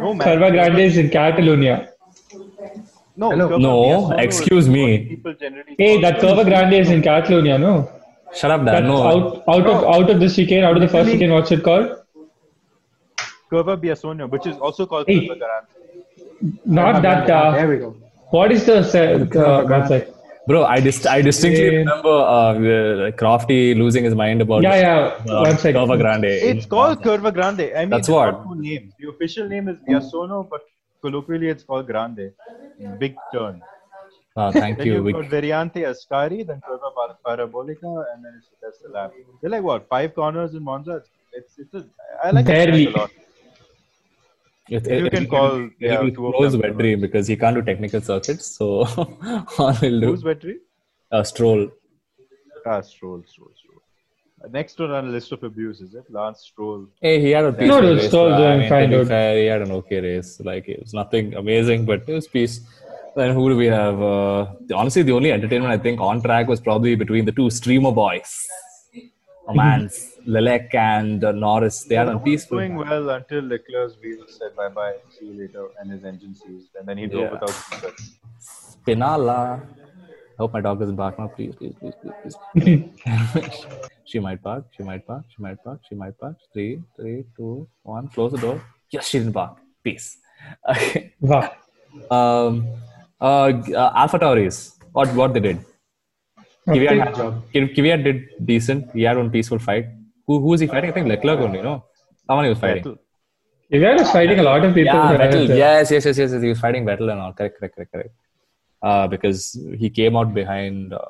Speaker 1: No, man.
Speaker 4: Carva Grande is in Catalonia.
Speaker 1: No,
Speaker 3: Hello.
Speaker 1: curva
Speaker 2: No,
Speaker 1: di Lesmo is
Speaker 2: excuse
Speaker 1: what
Speaker 2: me.
Speaker 1: people generally
Speaker 4: Hey,
Speaker 1: call
Speaker 4: that
Speaker 1: it.
Speaker 4: Curva Grande is in Catalonia, no?
Speaker 2: Shut up, Dan.
Speaker 4: That's
Speaker 2: No.
Speaker 4: out out of out of this chicane, out of the first
Speaker 1: Literally-
Speaker 4: chicane, what's it called?
Speaker 1: Curva Biasonio, which is also called
Speaker 4: Hey.
Speaker 1: Curva Grande.
Speaker 4: Not that.
Speaker 3: there
Speaker 4: Uh,
Speaker 3: we go.
Speaker 4: what is the se- uh, one sec.
Speaker 2: Bro, I dist- I distinctly
Speaker 4: Yeah.
Speaker 2: remember uh, uh, Crofty losing his mind about
Speaker 4: Yeah,
Speaker 2: this,
Speaker 4: yeah.
Speaker 2: uh,
Speaker 4: one sec.
Speaker 2: Curva Grande.
Speaker 1: It's called Curva Grande. I mean,
Speaker 2: That's
Speaker 1: it's got
Speaker 2: what-
Speaker 1: two names. The official name is Biasono, but colloquially it's called Grande. Big turn.
Speaker 2: Wow, Ah, thank
Speaker 1: Then
Speaker 2: you.
Speaker 1: you've
Speaker 2: We-
Speaker 1: got Variante Ascari, then Curva Par- Parabolica, and then it's that's the lap. They're like what five corners in Monza. It's it's a, I like that
Speaker 4: Barely.
Speaker 1: a lot.
Speaker 2: It,
Speaker 1: You can call,
Speaker 2: it
Speaker 1: yeah,
Speaker 2: will
Speaker 1: two of
Speaker 2: close
Speaker 1: them.
Speaker 2: Vetri because he can't do technical circuits. So all he'll
Speaker 1: Who's
Speaker 2: do
Speaker 1: battery?
Speaker 2: uh, stroll.
Speaker 1: Ah, Stroll, Stroll, Stroll. Uh, Next one on the list of abuse is it Lance Stroll?
Speaker 2: Hey, he had a peaceful
Speaker 4: no,
Speaker 2: race.
Speaker 4: Stroll
Speaker 2: bro.
Speaker 4: doing
Speaker 2: uh, I mean,
Speaker 4: fine,
Speaker 2: to be
Speaker 4: dude.
Speaker 2: fair, he had an okay race. Like it was nothing amazing, but it was peace. Then who do we have? Uh, the- honestly, the only entertainment I think on track was probably between the two streamer boys, oh, man, Lelek and uh, Norris. They had a peaceful.
Speaker 1: Doing well until Leclerc's wheel said bye bye, see you later, and his engine seized, and then he drove
Speaker 2: Yeah.
Speaker 1: without seatbelt.
Speaker 2: Pinala. I hope my dog doesn't bark now. Please, please, please, please, please. Anyway. she might bark. She might bark. She might bark. She might bark. Three, three, two, one. Close the door. Yoshirin Park. Peace. Okay.
Speaker 4: Wow.
Speaker 2: Um, uh, g- uh, Alpha Tauris, what, what they did. Kvyat,
Speaker 4: Okay.
Speaker 2: had- Kv- Kvyat did decent. He had one peaceful fight. Who, who was he fighting? I think Leclerc only, no? Someone he was fighting.
Speaker 4: Ivan was fighting a lot of people.
Speaker 2: Yeah,
Speaker 4: uh,
Speaker 2: Vettel.
Speaker 4: so-
Speaker 2: Yes, yes, yes, yes, yes. He was fighting Vettel and all. Correct, correct, correct, correct. Uh, because he came out behind. Uh,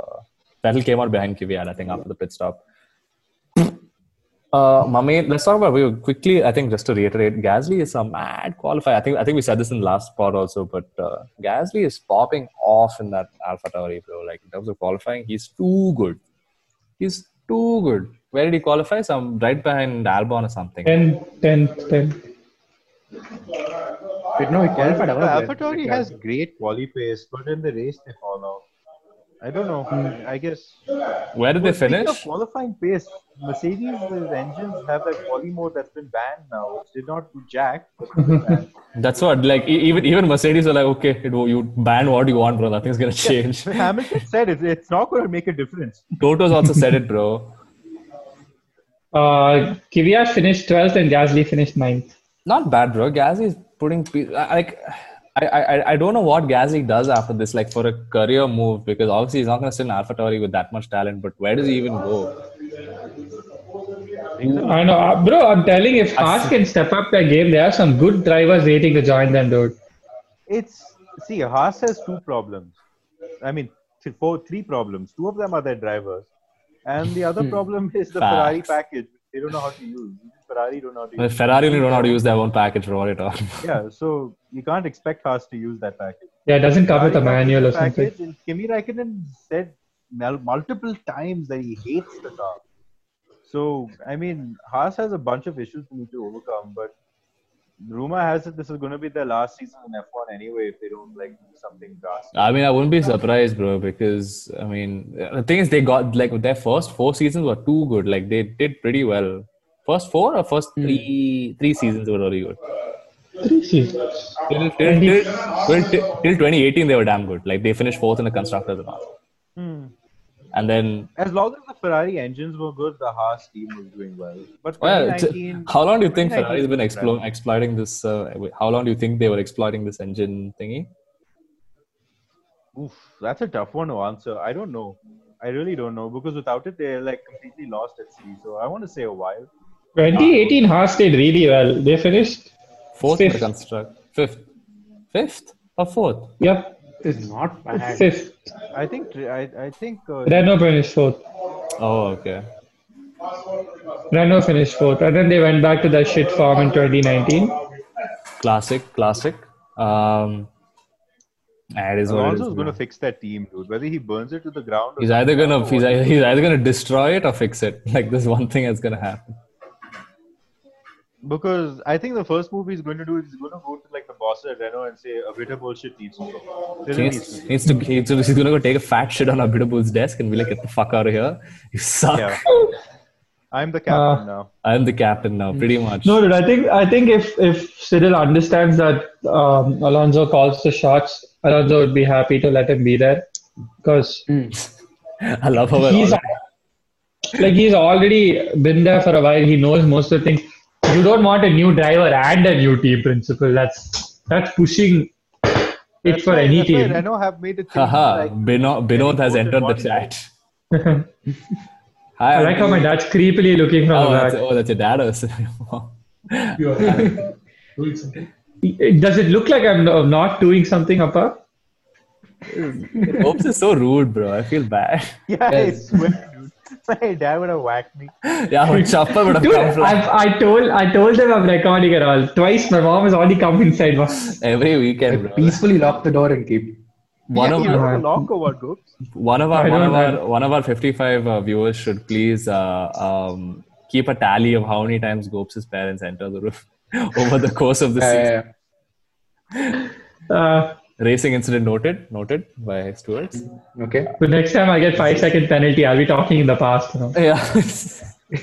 Speaker 2: Vettel came out behind Kvyat, I think, after the pit stop. Uh, Mame, let's talk about we quickly. I think just to reiterate, Gasly is a mad qualifier. I think I think we said this in the last pod also, but uh, Gasly is popping off in that Alpha Tauri, bro. Like in terms of qualifying, he's too good. He's too good. Where did he qualify? Some right behind Albon or something.
Speaker 4: 10, 10, 10.
Speaker 3: Wait, no, it qualified.
Speaker 1: Alpha,
Speaker 3: above
Speaker 1: Alpha
Speaker 3: it.
Speaker 1: Tauri has
Speaker 2: uh,
Speaker 1: great quali pace, but in the race they fall out. I don't know.
Speaker 2: Hmm.
Speaker 1: I guess
Speaker 2: Where did they
Speaker 1: Well, speaking
Speaker 2: finish?
Speaker 1: Of qualifying pace, Mercedes engines have that poly mode that's been banned now, which did not do jack. but it's been banned.
Speaker 2: That's what, like, e- even even Mercedes were like, okay, it, you ban what you want, bro. Nothing's gonna change.
Speaker 1: But Hamilton said it, it's not going to make a difference.
Speaker 2: Toto's also said it, bro.
Speaker 4: Uh, Kvyat finished 12th and Gasly finished 9th.
Speaker 2: Not bad, bro. Gasly is putting pe- I- like, I, I I- I don't know what Gasly does after this, like for a career move, because obviously he's not gonna sit in AlphaTauri with that much talent. But where does he even go?
Speaker 4: I know, uh, bro. I'm telling you, if Haas can step up their game, there are some good drivers waiting to join them, dude.
Speaker 1: It's see, Haas has two problems. I mean, th- four, three problems. Two of them are their drivers, and the other problem is the Ferrari
Speaker 2: Hmm. Facts.
Speaker 1: package. which They don't know how to use. Even Ferrari don't know how to
Speaker 2: Well,
Speaker 1: use.
Speaker 2: Ferrari really don't know how to use their own package for what it all.
Speaker 1: Yeah, so you can't expect Haas to use that package.
Speaker 4: Yeah, it doesn't come with a manual or something.
Speaker 1: package, and Kimi Raikkonen said mul- multiple times that he hates the car. So, I mean, Haas has a bunch of issues they need to overcome, but rumor has it this is going to be their last season in F1 anyway if they don't like do something drastic.
Speaker 2: I mean, I wouldn't be surprised, bro, because I mean, the thing is, they got like their first four seasons were too good. Like they did pretty well. First four or first three three seasons were really good.
Speaker 4: Hmm. Three seasons.
Speaker 2: Till, till, till, till, till 2018, they were damn good. Like they finished fourth in the constructors and all.
Speaker 4: Hmm.
Speaker 2: And then,
Speaker 1: As long as the Ferrari engines were good, the Haas team was doing well. But
Speaker 2: well, it's-
Speaker 1: 2019,
Speaker 2: how long do you think
Speaker 1: 2019
Speaker 2: Ferrari's been
Speaker 1: was
Speaker 2: explo- exploiting this? Uh, wait, how long do you think they were exploiting this engine thingy?
Speaker 1: Oof, that's a tough one to answer. I don't know. I really don't know because without it, they're like completely lost at sea. So I want to say a while.
Speaker 4: 2018 Haas did really well. They finished.
Speaker 2: Fourth in the
Speaker 4: Fifth.
Speaker 2: construct, fifth, fifth or fourth?
Speaker 4: Yep,
Speaker 3: It's not bad.
Speaker 4: fifth.
Speaker 1: I think I, I think uh,
Speaker 4: Renault finished fourth.
Speaker 2: Oh, okay.
Speaker 4: Renault finished fourth, and then they went back to their shit form in 2019.
Speaker 2: Classic, classic. Um, it is what it
Speaker 1: Alonso
Speaker 2: is.
Speaker 1: is going to
Speaker 2: man.
Speaker 1: fix that team, dude. Whether he burns it to the ground, or
Speaker 2: He's either gonna he's, ei- he's either gonna destroy it or fix it. Like this one thing is gonna happen.
Speaker 1: because I think the first move he's going to do is he's going to go to like the boss at Renault and say a bit of bullshit needs to go. There is
Speaker 2: He's, he's, to, he's, to- he's gonna go take a fat shit on Abitabu's desk and be like, "Get the fuck out of here! You suck."
Speaker 1: yeah. I'm the
Speaker 2: Uh,
Speaker 1: captain now.
Speaker 2: I'm the captain now, pretty much.
Speaker 4: Mm. No, dude. I think I think if if Cyril understands that um, Alonso calls the shots, Alonso would be happy to let him be there because
Speaker 2: I love how we're
Speaker 4: he's
Speaker 2: all-
Speaker 4: like he's already been there for a while. He knows most of the things. You don't want a new driver and a new team principal. That's that's pushing it
Speaker 1: That's
Speaker 4: for
Speaker 1: why-
Speaker 4: any
Speaker 1: that's why
Speaker 4: team.
Speaker 1: Renault have made it.
Speaker 2: haha.
Speaker 1: like,
Speaker 2: Binod, Binod has
Speaker 1: Getting
Speaker 2: entered the
Speaker 1: voted one.
Speaker 2: chat. Hi.
Speaker 4: I like how my
Speaker 2: Andy.
Speaker 4: dad's creepily looking from
Speaker 2: Oh,
Speaker 4: the
Speaker 2: that's,
Speaker 4: back.
Speaker 2: oh, that's your dad. also.
Speaker 4: Does it look like I'm no- not doing something, Appa?
Speaker 2: Oops is so rude, bro. I feel bad.
Speaker 1: yeah, I swear, dude. My dad would have whacked me.
Speaker 2: yeah, but Chopper would have
Speaker 4: Dude,
Speaker 2: come from
Speaker 4: I've, I told I told them I'm recording it all. Twice my mom has already come inside once.
Speaker 2: every weekend, bro.
Speaker 3: Peacefully lock the door and keep.
Speaker 2: One
Speaker 1: yeah,
Speaker 2: of
Speaker 1: you
Speaker 2: our-
Speaker 1: don't have a lock or what, Goops?
Speaker 2: one of our
Speaker 4: I
Speaker 2: one of
Speaker 4: don't
Speaker 2: our, one of our 55 uh, viewers should please uh, um, keep a tally of how many times Gops' parents enter the roof over the course of the season.
Speaker 3: Uh,
Speaker 4: Uh,
Speaker 2: Racing incident noted, noted by stewards.
Speaker 3: okay.
Speaker 4: but next time I get five second penalty, I'll be talking in the past. You know?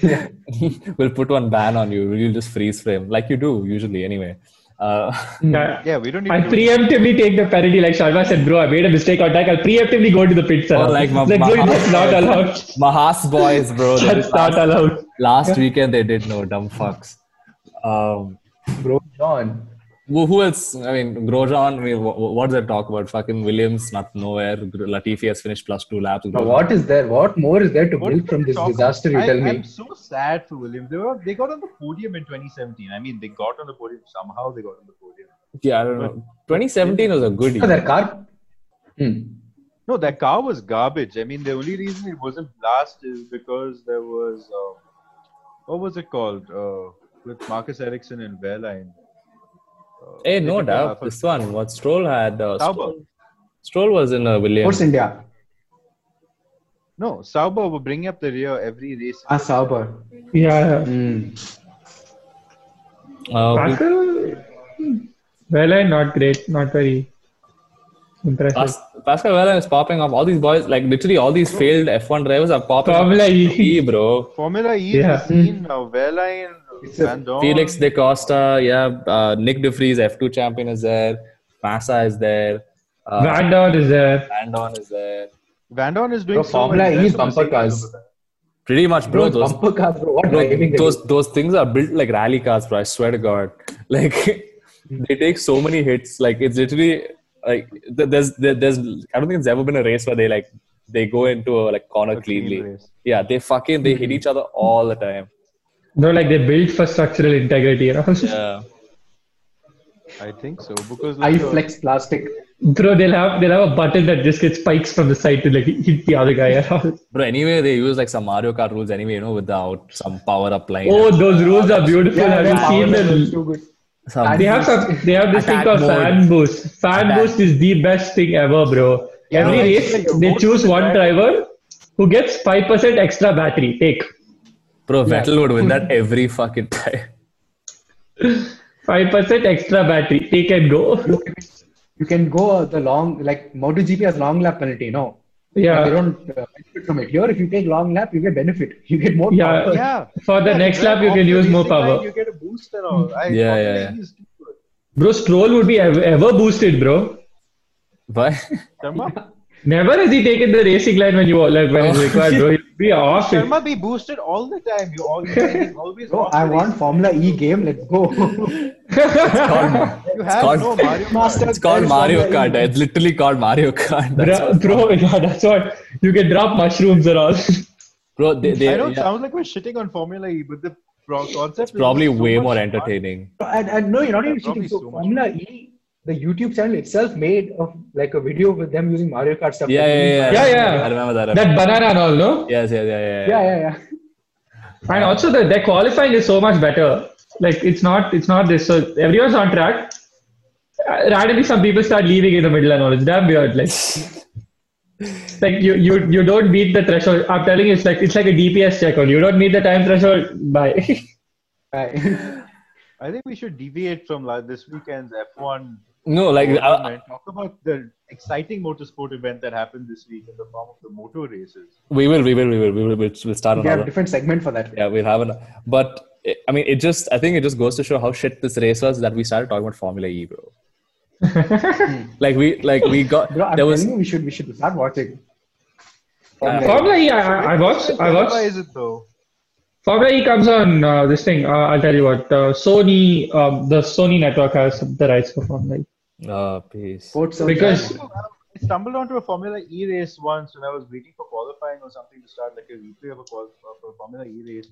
Speaker 2: Yeah. we'll put one ban on you. You'll just freeze frame like you do usually anyway. Uh,
Speaker 4: Yeah.
Speaker 1: Yeah, we don't need
Speaker 4: I
Speaker 1: to do
Speaker 4: preemptively take the penalty, like Sharma said, bro. I made a mistake on tag. I'll preemptively go to the pits.
Speaker 2: Or like my-
Speaker 4: like,
Speaker 2: my-
Speaker 4: dude, that's not allowed.
Speaker 2: Mahas boys, bro. they did
Speaker 4: That's not
Speaker 2: last,
Speaker 4: allowed.
Speaker 2: last weekend they did no dumb fucks. Um,
Speaker 3: Grosjean.
Speaker 2: Who, who else? I mean, Grosjean. I mean, what, what's there talk about? Fucking Williams, not nowhere. Gr- Latifi has finished plus two laps.
Speaker 3: Now, what is there? What more is there to build from this
Speaker 1: Talk-
Speaker 3: disaster? You
Speaker 1: I,
Speaker 3: tell me.
Speaker 1: I'm so sad for Williams. They were they got on the podium in 2017. I mean, they got on the podium somehow. They got on the podium.
Speaker 2: Yeah, I don't know. 2017 was a good
Speaker 3: No,
Speaker 2: year.
Speaker 3: their car. Hmm.
Speaker 1: No, that car was garbage. I mean, the only reason it wasn't last is because there was um, what was it called uh, with Marcus Ericsson and Wehrlein. Uh,
Speaker 2: Hey, Eh, no
Speaker 1: they became
Speaker 2: doubt.
Speaker 1: Alpha-
Speaker 2: This one, what Stroll had. Uh,
Speaker 1: Sauber.
Speaker 2: Stroll, Stroll was in uh,
Speaker 3: Force
Speaker 2: Williams.
Speaker 3: India.
Speaker 1: No, Sauber were bringing up the rear every race.
Speaker 3: Ah, Sauber.
Speaker 4: Yeah.
Speaker 3: Hmm.
Speaker 2: Uh,
Speaker 4: Packer, hmm. well, and not great, not very impressive.
Speaker 2: Pas- Pascal Wehrlein is popping off. All these boys, like literally all these failed F1 drivers are popping off.
Speaker 4: Formula E.
Speaker 2: E, bro.
Speaker 1: Formula E is
Speaker 4: Yeah.
Speaker 1: the scene now. Wehrlein,
Speaker 3: It's a-
Speaker 1: Van Dorn.
Speaker 2: Felix De Costa, yeah. Uh, Nick De Vries, F2 champion, is there. Massa is there. Uh,
Speaker 4: Van Dorn is there.
Speaker 2: Van Dorn is there.
Speaker 1: Van Dorn is doing
Speaker 3: Bro,
Speaker 1: so
Speaker 3: Formula
Speaker 1: well.
Speaker 3: E is
Speaker 1: That's
Speaker 3: bumper
Speaker 1: what I'm saying.
Speaker 3: cars.
Speaker 2: Pretty much, bro.
Speaker 3: Bro,
Speaker 2: Those,
Speaker 3: bumper cars, bro. What
Speaker 2: bro,
Speaker 3: driving they do.
Speaker 2: those those things are built like rally cars, bro. I swear to God, like they take so many hits. Like it's literally like th- there's there, there's I don't think it's ever been a race where they like they go into a like corner
Speaker 1: A clean
Speaker 2: cleanly.
Speaker 1: race.
Speaker 2: Yeah, they fucking they hit each other all the time.
Speaker 4: They're like they built for structural integrity, you know?
Speaker 2: Yeah,
Speaker 1: I think so because
Speaker 3: I
Speaker 1: like, uh,
Speaker 3: flex plastic.
Speaker 4: Bro, they'll have they'll have a button that just gets spikes from the side to like hit the other guy. you know?
Speaker 2: bro. Anyway, they use like some Mario Kart rules anyway, you know, without some power up line.
Speaker 4: oh, those rules are beautiful. have
Speaker 3: man,
Speaker 4: you seen
Speaker 3: Power levels
Speaker 4: the
Speaker 3: too good.
Speaker 2: some,
Speaker 4: They have some. They have this thing
Speaker 2: Attack
Speaker 4: called
Speaker 2: mode.
Speaker 4: fan boost. Fan
Speaker 2: Attack.
Speaker 4: boost is the best thing ever, bro.
Speaker 1: Yeah,
Speaker 4: Every
Speaker 1: no,
Speaker 4: race,
Speaker 1: actually,
Speaker 4: they
Speaker 1: most
Speaker 4: choose
Speaker 1: of the
Speaker 4: one
Speaker 1: time-
Speaker 4: driver who gets five percent extra battery. Take
Speaker 2: bro. Vettel would win that every fucking time.
Speaker 4: five percent extra battery. Take and go.
Speaker 3: You can go uh, the long, like MotoGP has long lap penalty, no?
Speaker 4: Yeah.
Speaker 3: But you don't uh, benefit from it. Here, if you take long lap, you get benefit. You get more
Speaker 4: Yeah.
Speaker 3: power.
Speaker 1: yeah.
Speaker 4: For the
Speaker 1: Yeah,
Speaker 4: next
Speaker 1: you
Speaker 4: lap, you
Speaker 1: off
Speaker 4: can
Speaker 1: the
Speaker 4: use more
Speaker 1: racing line,
Speaker 4: power.
Speaker 1: You get a boost and all. I,
Speaker 2: Yeah,
Speaker 1: Formula
Speaker 2: yeah,
Speaker 1: E is too good.
Speaker 4: Bro, Stroll would be ever, ever boosted, bro.
Speaker 2: Why?
Speaker 1: Sharma,
Speaker 4: Never has he taken the racing line when you like when it's
Speaker 2: Oh.
Speaker 4: required, bro. He'd be off. it.
Speaker 1: Sharma be boosted all the time. You always, he's always.
Speaker 3: Bro,
Speaker 1: off
Speaker 3: I
Speaker 1: the
Speaker 3: want
Speaker 1: race.
Speaker 3: Formula E game. Let's go.
Speaker 1: You have
Speaker 2: called-
Speaker 1: no Mario Kart.
Speaker 3: Master.
Speaker 2: It's called
Speaker 3: There's
Speaker 2: Mario
Speaker 3: Formula E.
Speaker 2: Kart. It's literally called Mario Kart. That's
Speaker 4: Bro,
Speaker 2: what-
Speaker 4: bro, yeah, that's what you can drop mushrooms and all.
Speaker 2: bro, they, they,
Speaker 1: I know it
Speaker 2: yeah,
Speaker 1: sounds like we're shitting on Formula E, but the pro- concept
Speaker 2: it's probably
Speaker 1: is so
Speaker 2: way
Speaker 1: much
Speaker 2: more
Speaker 1: fun.
Speaker 2: entertaining.
Speaker 3: And, and no, you're not even
Speaker 1: Probably
Speaker 3: cheating. So,
Speaker 1: so much.
Speaker 3: Formula E, the YouTube channel itself made of like a video with them using Mario Kart stuff.
Speaker 2: Yeah, yeah, yeah.
Speaker 4: Yeah, yeah.
Speaker 2: I remember that. I
Speaker 4: that
Speaker 2: remember.
Speaker 4: banana and all, no?
Speaker 2: Yes, yeah, yeah, yeah.
Speaker 3: Yeah, yeah, yeah.
Speaker 4: And also the their qualifying is so much better. Like it's not it's not this. So everyone's on track. Uh, Randomly, some people start leaving in the middle and all. It's damn weird. Like, like you you you don't meet the threshold. I'm telling you, it's like it's like a DPS check on. You don't meet the time threshold. Bye.
Speaker 3: Right.
Speaker 1: I think we should deviate from like, this weekend's F1
Speaker 2: No, like uh, I,
Speaker 1: tournament. Talk about the exciting motorsport event that happened this week in the form of the motor races.
Speaker 2: we will, we will, we will, we will. We'll, we'll start
Speaker 3: we have a
Speaker 2: another.
Speaker 3: different segment for that.
Speaker 2: Yeah, we'll have an. But eh, I mean, it just. I think it just goes to show how shit this race was that we started talking about Formula E, bro. like we, like we got.
Speaker 3: Bro, I'm
Speaker 2: there
Speaker 3: telling
Speaker 2: was. Ah,
Speaker 3: you, we should we should start watching.
Speaker 2: Yeah.
Speaker 4: Formula E, I, I- I watched. I
Speaker 1: Why
Speaker 4: watched.
Speaker 1: is it though?
Speaker 4: Formula E comes on uh, this thing. Uh, I'll tell you what. Uh, Sony, um, the Sony network has the rights for Formula E.
Speaker 2: Oh, peace.
Speaker 3: Sports Zone
Speaker 4: Because-
Speaker 3: channel.
Speaker 1: I stumbled onto a Formula E race once when I was waiting for qualifying or something to start, like a replay of a, qual- of a Formula E race.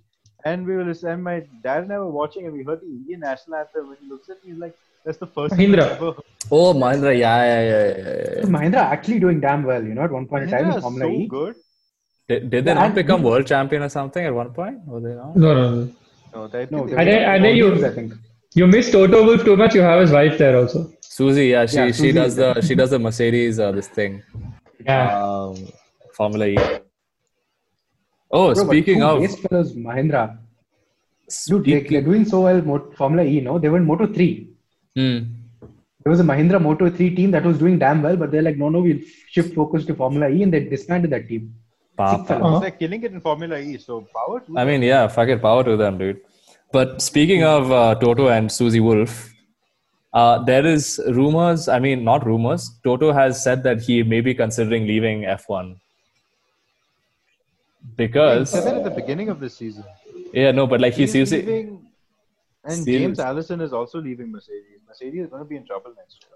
Speaker 1: And we were listening, and my dad and I were watching, and we heard the Indian national anthem. And he looks at me, he's like, "That's the first time
Speaker 4: Mahindra.
Speaker 1: I've ever heard."
Speaker 2: Oh, Mahindra. Yeah, yeah, yeah, yeah, yeah. yeah.
Speaker 3: Mahindra actually doing damn well, you know, at one point in time
Speaker 1: Mahindra
Speaker 3: in
Speaker 1: is
Speaker 3: Formula
Speaker 1: so
Speaker 3: E.
Speaker 1: good.
Speaker 2: Did, did they
Speaker 3: Yeah,
Speaker 2: not
Speaker 3: and-
Speaker 2: become world champion or something at one point? Were they not?
Speaker 4: No, no, no.
Speaker 1: No, I think
Speaker 3: No,
Speaker 1: they-
Speaker 3: they
Speaker 4: then-
Speaker 3: were
Speaker 4: and then you-
Speaker 3: Indians, I think.
Speaker 4: You miss Toto Wolf too much. You have his wife there also.
Speaker 2: Susie, yeah, she
Speaker 3: Yeah,
Speaker 2: she
Speaker 3: Suzy.
Speaker 2: does the she does the Mercedes uh, this thing,
Speaker 4: Yeah.
Speaker 2: um, Formula E. Oh,
Speaker 3: Bro, but
Speaker 2: speaking
Speaker 3: two
Speaker 2: of
Speaker 3: race fellows, Mahindra. Dude, they,
Speaker 2: speaking,
Speaker 3: they're doing so well. Mo- Formula E, no, they were in Moto Three.
Speaker 2: Hmm.
Speaker 3: There was a Mahindra Moto Three team that was doing damn well, but they're like, no, no, we'll shift focus to Formula E, and they disbanded that team.
Speaker 2: Pa- pa-
Speaker 4: Uh-huh.
Speaker 1: they're killing it in Formula E. So power to
Speaker 2: I mean, yeah, fuck it, power to them, dude. But
Speaker 3: Hmm.
Speaker 2: speaking of uh, Toto and Susie Wolf, uh, there is rumors. I mean, not rumors. Toto has said that he may be considering leaving F1 because
Speaker 1: He said that at the beginning of this season.
Speaker 2: yeah, no, but like he
Speaker 1: He's
Speaker 2: seriously
Speaker 1: leaving And
Speaker 2: Still-
Speaker 1: James Allison is also leaving Mercedes. Mercedes is going to be in trouble next year.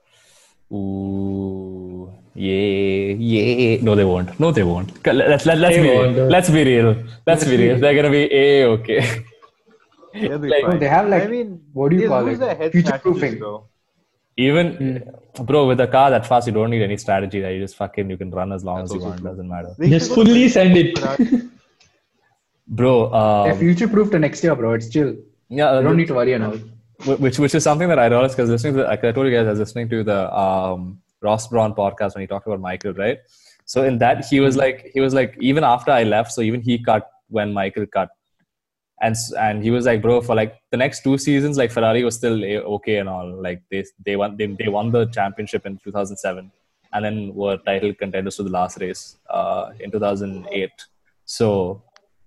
Speaker 2: Ooh, yeah, yeah. No, they won't. No, they won't. C- Let's let, let's
Speaker 4: They
Speaker 2: be
Speaker 4: won't,
Speaker 2: real.
Speaker 4: though.
Speaker 2: let's be real. Let's be real. They're gonna be a okay.
Speaker 1: They'll be
Speaker 2: Like,
Speaker 1: fine.
Speaker 3: they have, like,
Speaker 1: I mean,
Speaker 3: what do you
Speaker 1: these
Speaker 3: call
Speaker 1: moves
Speaker 3: it?
Speaker 1: are head
Speaker 3: Future-proofing.
Speaker 1: scratches, though.
Speaker 2: Even
Speaker 4: Hmm.
Speaker 2: bro, with a car that fast, you don't need any strategy. That you just fucking you can run as long as you
Speaker 1: also
Speaker 2: want.
Speaker 1: true.
Speaker 2: Doesn't matter,
Speaker 1: They
Speaker 4: Just
Speaker 1: should go
Speaker 4: fully
Speaker 1: to
Speaker 4: send it.
Speaker 1: Ferrari.
Speaker 2: bro.
Speaker 3: They're
Speaker 2: Um,
Speaker 3: future proof to next year, bro. It's chill.
Speaker 2: yeah, uh,
Speaker 3: You don't need to worry and all.
Speaker 2: Wh- which which is something that I realized because listening to the, like I told you guys I was listening to the um, Ross Braun podcast when he talked about Michael, right? So in that he
Speaker 4: Hmm.
Speaker 2: was like he was like even after I left, so even he cut when Michael cut, and s- and he was like, bro, for like the next two seasons, like Ferrari was still a- okay and all, like they they won they, they won the championship in 2007, and then were title contenders to the last race uh, in 2008. So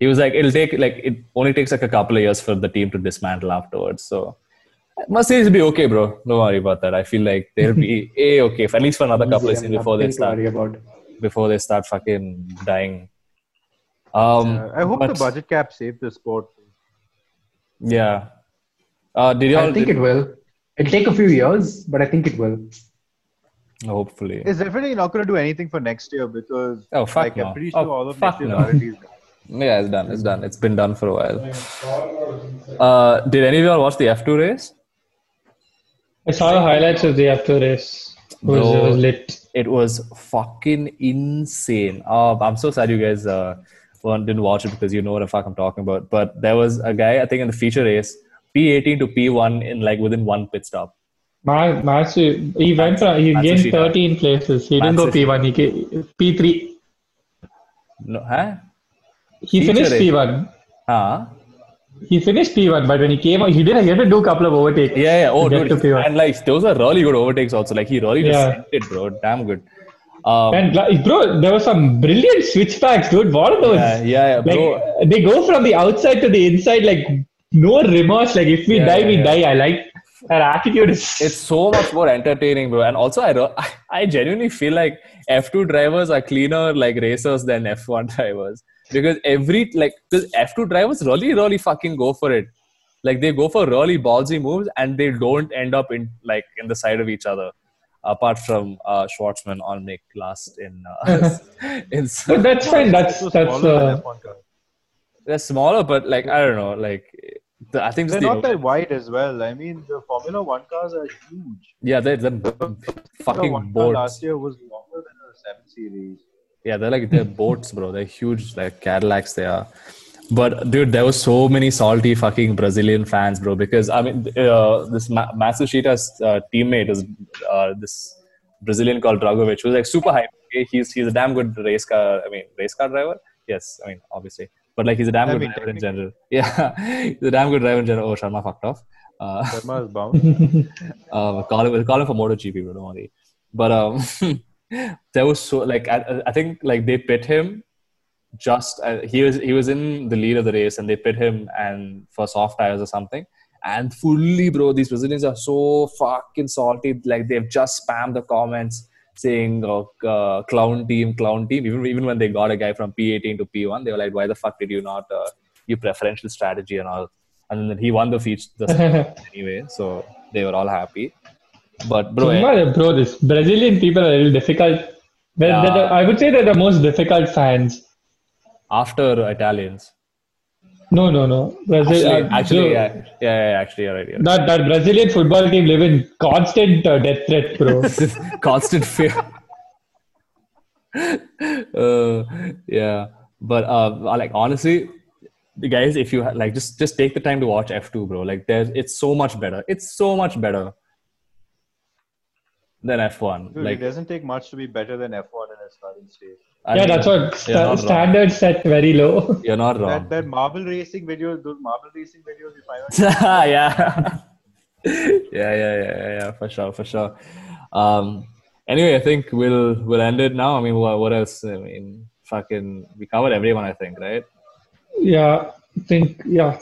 Speaker 2: he was like, it'll take like it only takes like a couple of years for the team to dismantle afterwards. So Mercedes will be okay, bro. Don't worry about that. I feel like they'll be a okay for at least for another couple of
Speaker 3: Easy,
Speaker 2: seasons before they
Speaker 3: nothing to
Speaker 2: start
Speaker 3: worry about.
Speaker 2: before they start fucking dying. Um,
Speaker 1: Uh, I hope the
Speaker 2: but-
Speaker 1: budget cap saved the sport.
Speaker 2: Yeah. Uh, did you all?
Speaker 3: I think it will. It'll take a few years, but I think it will.
Speaker 2: hopefully.
Speaker 1: It's definitely not going to do anything for next year because
Speaker 2: Oh, fuck
Speaker 1: like,
Speaker 2: no.
Speaker 1: I'm pretty sure
Speaker 2: Oh,
Speaker 1: all of next
Speaker 2: fuck
Speaker 1: year's
Speaker 2: no.
Speaker 1: already is gone.
Speaker 2: yeah, it's done. It's done. It's been done for a while. Uh, did any of y'all watch the F two race?
Speaker 4: I saw the highlights of the after race. It was, it
Speaker 2: Bro.
Speaker 4: was lit.
Speaker 2: It was fucking insane. Uh, I'm so sad you guys uh, weren't- didn't watch it because you know what the fuck I'm talking about. But there was a guy, I think, in the feature race, P18 to P1 in like within one pit stop.
Speaker 4: Ma- Matsu, he went from, he
Speaker 2: Matsu
Speaker 4: gained
Speaker 2: Shida.
Speaker 4: 13 places. He didn't
Speaker 2: Matsu
Speaker 4: go P1, he ga- P3.
Speaker 2: No, huh?
Speaker 4: He
Speaker 2: Feature
Speaker 4: finished
Speaker 2: race.
Speaker 4: P1.
Speaker 2: Huh?
Speaker 4: He finished P1, but when he came out, he did, he had to do a couple of overtakes.
Speaker 2: Yeah, yeah. Oh,
Speaker 4: to get
Speaker 2: dude.
Speaker 4: to P1.
Speaker 2: And like those are really good overtakes also. Like he really just
Speaker 4: Yeah.
Speaker 2: sent it, bro. Damn good. Um,
Speaker 4: And like, bro, there were some brilliant switchbacks, dude. What are those?
Speaker 2: yeah, yeah, yeah,
Speaker 4: like
Speaker 2: bro.
Speaker 4: they go from the outside to the inside, like no remorse. Like if we
Speaker 2: Yeah,
Speaker 4: die, we
Speaker 2: yeah,
Speaker 4: die. I like that attitude. Is
Speaker 2: it's so much more entertaining, bro. And also, I ro- I genuinely feel like F2 drivers are cleaner like racers than F1 drivers because every like because F2 drivers really really fucking go for it. Like they go for really ballsy moves and they don't end up in like in the side of each other. Apart from uh, Schwartzman on Nick last in uh, in
Speaker 4: but that's fine. That's
Speaker 1: It was
Speaker 4: that's
Speaker 1: smaller than
Speaker 4: uh,
Speaker 1: F1 car.
Speaker 2: they're smaller, but like I don't know, like the, I think just
Speaker 1: They're
Speaker 2: the-
Speaker 1: not that wide as well. I mean, the Formula One cars are huge.
Speaker 2: yeah, they're, they're
Speaker 1: The
Speaker 2: fucking
Speaker 1: one car
Speaker 2: boats.
Speaker 1: last year was longer than the seven series.
Speaker 2: Yeah, they're like they're boats, bro. They're huge, like Cadillacs. They are. But dude, there were so many salty fucking Brazilian fans, bro. Because I mean, uh, this Ma- Matsushita's uh, teammate is uh, this Brazilian called Dragovic, who's like super hype. Okay, He's he's a damn good race car. I mean, race car driver. Yes, I mean obviously, but like he's a damn
Speaker 1: I
Speaker 2: good
Speaker 1: mean,
Speaker 2: driver in general. Yeah, he's a damn good driver in general. Oh, Sharma fucked off. Uh,
Speaker 1: Sharma is bound.
Speaker 2: uh, call him, we'll call him for MotoGP, bro. Don't worry. But um, there was so like I, I think like they pit him. Just uh, he was he was in the lead of the race, and they pit him and for soft tires or something. And fully, bro, these Brazilians are so fucking salty. Like they've just spammed the comments saying oh, uh, "clown team, clown team." Even even when they got a guy from P18 to P1, they were like, "Why the fuck did you not uh, you preferential strategy and all?" And then he won the feature the anyway, so they were all happy. But bro, eh.
Speaker 4: bro, bro. This Brazilian people are a little difficult. They're,
Speaker 2: Yeah.
Speaker 4: they're the, I would say they're the most difficult fans.
Speaker 2: after Italians.
Speaker 4: No, no, no. Brazil,
Speaker 2: Actually,
Speaker 4: uh,
Speaker 2: actually
Speaker 4: bro,
Speaker 2: yeah, yeah, yeah, actually, you're right. You're
Speaker 4: That, that Brazilian football team live in constant uh, death threat, bro.
Speaker 2: right. Constant fear. uh, yeah, but uh, like honestly, the guys, if you ha- like, just just take the time to watch F two, bro. Like, there's it's so much better. It's so much better than F one.
Speaker 1: Dude,
Speaker 2: Like,
Speaker 1: it doesn't take much to be better than F1 in its current state.
Speaker 2: I
Speaker 4: yeah,
Speaker 2: mean,
Speaker 4: that's what
Speaker 2: You're
Speaker 4: sta-
Speaker 2: not wrong.
Speaker 4: standards set very low.
Speaker 2: You're not wrong.
Speaker 1: That that marble racing video, those marble racing videos you find on
Speaker 2: yeah. yeah, yeah, yeah, yeah, yeah, for sure, for sure. Um, anyway, I think we'll we'll end it now. I mean, what, what else? I mean, fucking, we covered everyone, I think, right?
Speaker 4: yeah, I think yeah.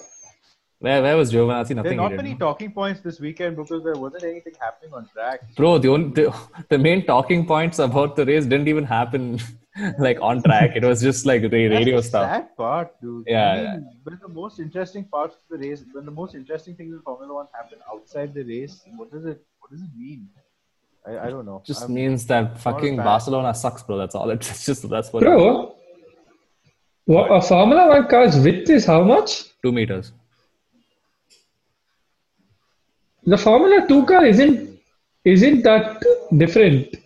Speaker 2: Where where was Giovanazzi?
Speaker 1: There are
Speaker 2: Nothing.
Speaker 1: not
Speaker 2: he did,
Speaker 1: many
Speaker 2: no?
Speaker 1: talking points this weekend because there wasn't anything happening on track.
Speaker 2: Bro, the only the, the main talking points about the race didn't even happen. like on track. It was just like the radio stuff.
Speaker 1: That part, dude.
Speaker 2: Yeah,
Speaker 1: I mean, When the most interesting parts of the race, when the most interesting things in Formula One happen outside the race, what does it? What does it mean? I, I don't know. Um,
Speaker 2: Just
Speaker 1: I'm-
Speaker 2: means that fucking
Speaker 1: fan.
Speaker 2: Barcelona sucks, bro. That's all. It's just that's what. it-
Speaker 4: Bro, what, a Formula One car's width is how much?
Speaker 2: Two meters.
Speaker 4: The Formula Two car isn't isn't that different.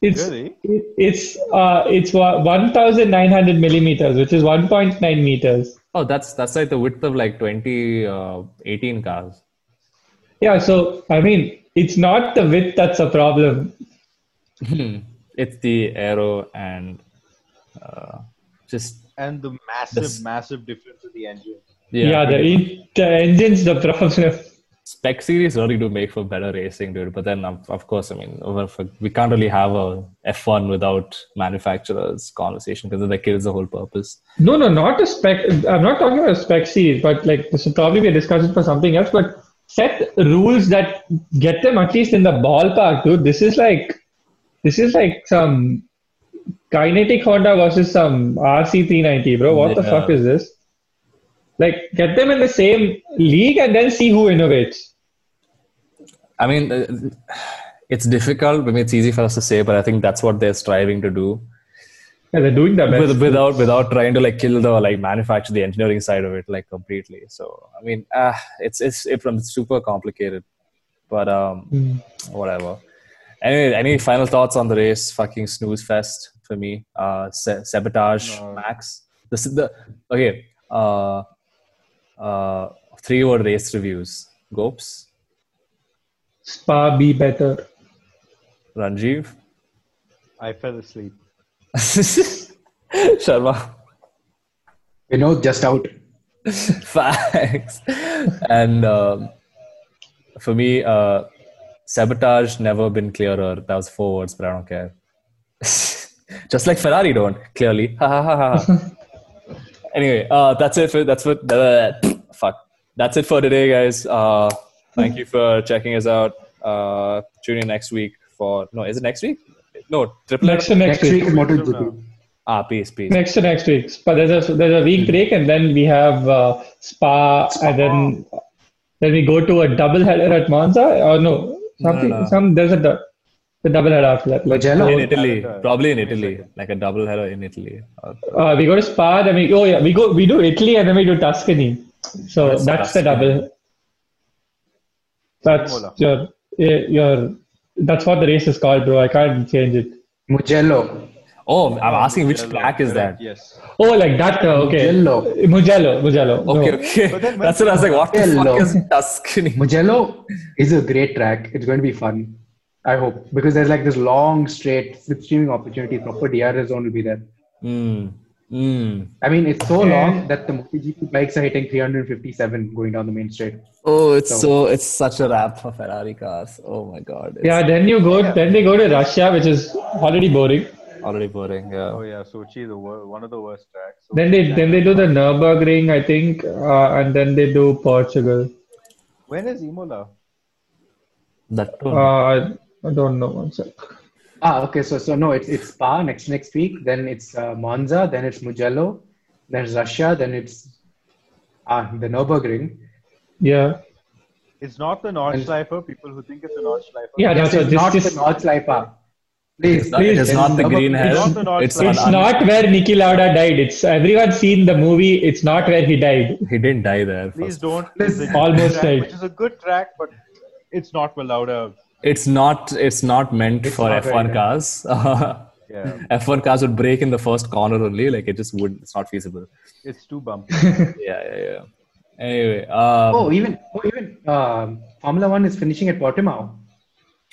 Speaker 4: It's
Speaker 1: Really?
Speaker 4: it, it's uh it's one thousand nine hundred millimeters, which is one point nine meters.
Speaker 2: Oh, that's that's like the width of like 20, uh, 18 cars.
Speaker 4: Yeah, so I mean, it's not the width that's a problem.
Speaker 2: It's the aero and uh, just
Speaker 1: and the massive,
Speaker 2: This-
Speaker 1: massive difference in the engine.
Speaker 2: yeah.
Speaker 4: Yeah, the, E- en- the engine's the problem.
Speaker 2: spec series really do make for better racing, dude. But then, of of course, I mean, over- for- we can't really have a F1 without manufacturers conversation because that kills the whole purpose.
Speaker 4: No, no, not a spec. I'm not talking about a spec series, but like this should probably be a discussion for something else. But set rules that get them at least in the ballpark, dude. This is like, this is like some kinetic Honda versus some RC390, bro. What the
Speaker 2: Yeah.
Speaker 4: fuck is this? Like, get them in the same league and then see who innovates.
Speaker 2: I mean, uh, it's difficult. I mean, it's easy for us to say, but I think that's what they're striving to do.
Speaker 4: Yeah, they're doing the best.
Speaker 2: with, without without trying to like kill the like manufacture the engineering side of it like completely so i mean ah, it's it's it from super complicated but um whatever anyway any final thoughts on the race fucking snooze fest for me uh sa- sabotage max this is the okay uh uh three word race reviews gopes
Speaker 4: Spa be better.
Speaker 2: ranjiv
Speaker 1: I fell asleep.
Speaker 2: sharma
Speaker 3: You know, just out.
Speaker 2: facts and um, for me uh, sabotage never been clearer that was four words but i don't care just like ferrari don't clearly Ha, ha, ha, ha. anyway uh, that's it for that's for fuck that's it for today guys uh, thank you for checking us out uh, tune in next week for no is it next week no triple
Speaker 4: Next to next,
Speaker 3: Next week,
Speaker 4: week.
Speaker 3: MotoGP.
Speaker 2: ah peace peace
Speaker 4: Next to next week. But there's a there's a week break and then we have uh, spa, and then then we go to a double header at Monza or no something
Speaker 2: no.
Speaker 4: some there's a du- the double header after that. Like,
Speaker 2: in
Speaker 3: Magello.
Speaker 2: italy probably in italy like a double header in italy Or-
Speaker 4: uh, we go to Spa then we oh yeah we go we do Italy and then we do Tuscany. So that's, the double. That's
Speaker 1: Mola.
Speaker 4: your eh, your that's what the race is called, bro. I can't change it.
Speaker 3: Mugello.
Speaker 2: Oh, I'm asking which plaque is
Speaker 1: Correct,
Speaker 2: that?
Speaker 1: Yes.
Speaker 4: Oh, like that. uh, okay.
Speaker 3: Mugello.
Speaker 4: Mugello. Mugello. No.
Speaker 2: Okay, okay.
Speaker 1: But then when-
Speaker 2: That's what I was like, what the
Speaker 3: Hello.
Speaker 2: fuck is Tuscany?
Speaker 3: Mugello is a great track. It's going to be fun. I hope. Because there's like this long straight slipstreaming opportunity. Proper DRS zone will be there.
Speaker 1: Hmm.
Speaker 2: Mm, mm.
Speaker 3: I mean, it's so long that the MotoGP bikes are hitting 357 going down the main straight.
Speaker 2: Oh, it's so, it's such a wrap for Ferrari cars. Oh my god. It's
Speaker 4: Yeah, then you go. Then they go to Russia, which is already boring.
Speaker 2: already boring.
Speaker 1: Oh
Speaker 2: Yeah.
Speaker 1: yeah, Sochi, the wor- one of the worst tracks.
Speaker 4: Then they then they do the Nurburgring, I think, uh, and then they do Portugal.
Speaker 1: When is Imola?
Speaker 2: That
Speaker 4: Uh, I, I don't know. One sec.
Speaker 3: Ah, okay. So, so no, it's it's Spa next next week. Then it's uh, Monza. Then it's Mugello. Then it's Russia. Then it's ah the Nurburgring.
Speaker 4: Yeah,
Speaker 1: It's not the Nordschleifer. People who think it's the Nordschleifer.
Speaker 4: yeah.
Speaker 3: Yes,
Speaker 4: That's what
Speaker 3: it's
Speaker 4: this
Speaker 3: not
Speaker 4: this.
Speaker 3: the Nordschleifer. Please,
Speaker 2: it's not, it is
Speaker 3: there's
Speaker 2: not the
Speaker 3: Nurburgring.
Speaker 2: green hell.
Speaker 1: not the North
Speaker 2: It's,
Speaker 1: Star.
Speaker 4: It's not where Niki Lauda died. It's everyone's seen the movie. It's not where he died.
Speaker 2: He didn't die there.
Speaker 1: Please
Speaker 2: first.
Speaker 1: don't.
Speaker 3: Please.
Speaker 1: visit
Speaker 4: Almost
Speaker 1: track,
Speaker 4: right.
Speaker 1: Which is a good track, but it's not Malauda.
Speaker 2: It's not. It's not meant for
Speaker 3: not
Speaker 2: F1
Speaker 3: right.
Speaker 2: cars.
Speaker 1: Yeah,
Speaker 2: F1 cars would break in the first corner only. Like it just would. It's not feasible.
Speaker 1: it's too bumpy.
Speaker 2: Yeah, yeah, yeah. Anyway, um,
Speaker 3: Oh, even oh, even um, Formula One is finishing at Portimao,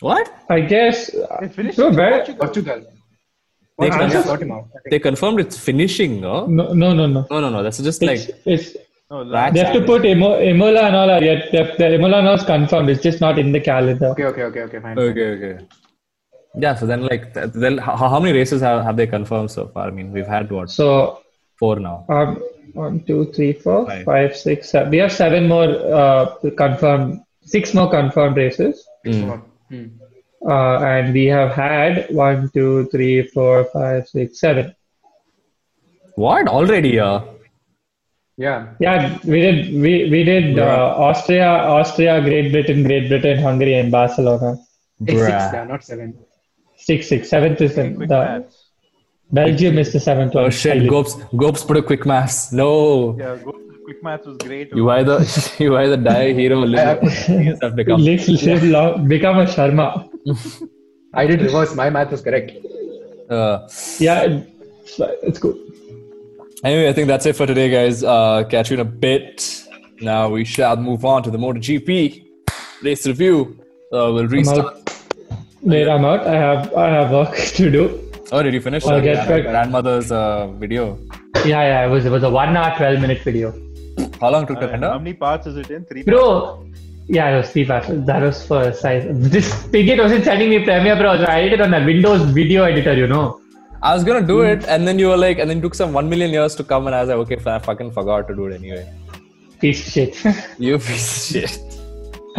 Speaker 2: what?
Speaker 4: I guess.
Speaker 1: They finished
Speaker 4: So
Speaker 1: in
Speaker 4: where-
Speaker 1: Portugal.
Speaker 3: Portugal.
Speaker 2: They
Speaker 3: Portugal, yeah,
Speaker 2: confirmed,
Speaker 3: Portimao. I think.
Speaker 2: they confirmed it's finishing, no?
Speaker 4: No, no, no, no.
Speaker 2: No, no, no. That's just like
Speaker 4: It's, it's
Speaker 1: No,
Speaker 2: Right.
Speaker 1: last,
Speaker 4: they have to put Emo, Emola and all are yet. The, the Emola and all is confirmed. It's just not in the calendar.
Speaker 3: Okay, okay, okay, okay, fine.
Speaker 2: okay, okay. Yeah. So then, like, th- then how, how many races have, have they confirmed so far? I mean, we've had what
Speaker 4: So
Speaker 2: four now.
Speaker 4: Um, one, two, three, four,
Speaker 2: Five.
Speaker 4: five, six, seven. We have seven more uh, confirmed, six more confirmed races.
Speaker 3: Come on. Hmm.
Speaker 4: Uh, and we have had one, two, three, four, five, six, seven.
Speaker 2: What already? Uh,
Speaker 3: Yeah.
Speaker 4: Yeah, we did. We we did uh, Austria, Austria, Great Britain, Great Britain, Hungary, and Barcelona.
Speaker 3: It's
Speaker 2: bruh.
Speaker 3: six, yeah, not seven.
Speaker 4: Six, six, seventh is the,
Speaker 1: Quick
Speaker 4: the
Speaker 1: maths.
Speaker 4: Belgium is the seventh one.
Speaker 2: Oh shit! Gopes, Gopes put a quick maths. No,
Speaker 1: Yeah, go, quick maths was great.
Speaker 2: you either you either die a hero or live. You have become.
Speaker 4: Live, live long, become a Sharma.
Speaker 3: I did reverse. My math was correct.
Speaker 2: Uh,
Speaker 4: Yeah, it's, it's cool.
Speaker 2: Anyway, I think that's it for today, guys. Uh, catch you in a bit. Now we shall move on to the MotoGP race review. Uh, we'll
Speaker 4: I'm
Speaker 2: restart.
Speaker 4: out. Wait, I'm out. I have I have work to do.
Speaker 2: Oh, did you finish?
Speaker 4: I'll
Speaker 2: that?
Speaker 4: get
Speaker 2: Yeah,
Speaker 4: back.
Speaker 2: grandmother's uh, video.
Speaker 4: Yeah, yeah. It was it was a one hour twelve minute video,
Speaker 2: How long took
Speaker 1: Uh,
Speaker 2: that render?
Speaker 1: how many parts is it in? Three.
Speaker 4: bro. Yeah, it was three parts. That was for size. This bigot wasn't sending me Premiere Pro. So I did it on the Windows video editor, you know.
Speaker 2: I was gonna do
Speaker 4: Hmm.
Speaker 2: it, and then you were like, and then it took some one million years to come, and I was like, okay, fine, I fucking forgot to do it anyway.
Speaker 4: Piece of shit.
Speaker 2: You piece of shit.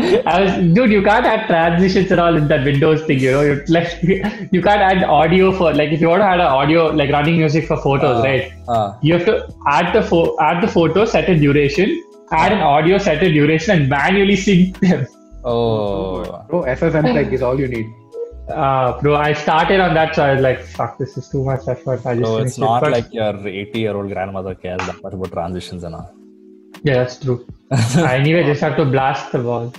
Speaker 4: I was, dude, you can't add transitions and all in that Windows thing, you know. You, like, you can't add audio for like if you want to add an audio like running music for photos,
Speaker 2: Uh,
Speaker 4: right?
Speaker 2: uh,
Speaker 4: you have to add the pho- add the photo, set a duration, add an audio, set a duration, and manually sync them.
Speaker 2: oh,
Speaker 3: Bro, FFmpeg is all you need.
Speaker 4: Uh, bro, I started on that, so I was like, "Fuck, this is too much effort." I just
Speaker 2: so it's
Speaker 4: finished it.
Speaker 2: not
Speaker 4: But-
Speaker 2: like your 80 year old grandmother cares that much about transitions and all.
Speaker 4: yeah, that's true. I anyway just have to blast the ball.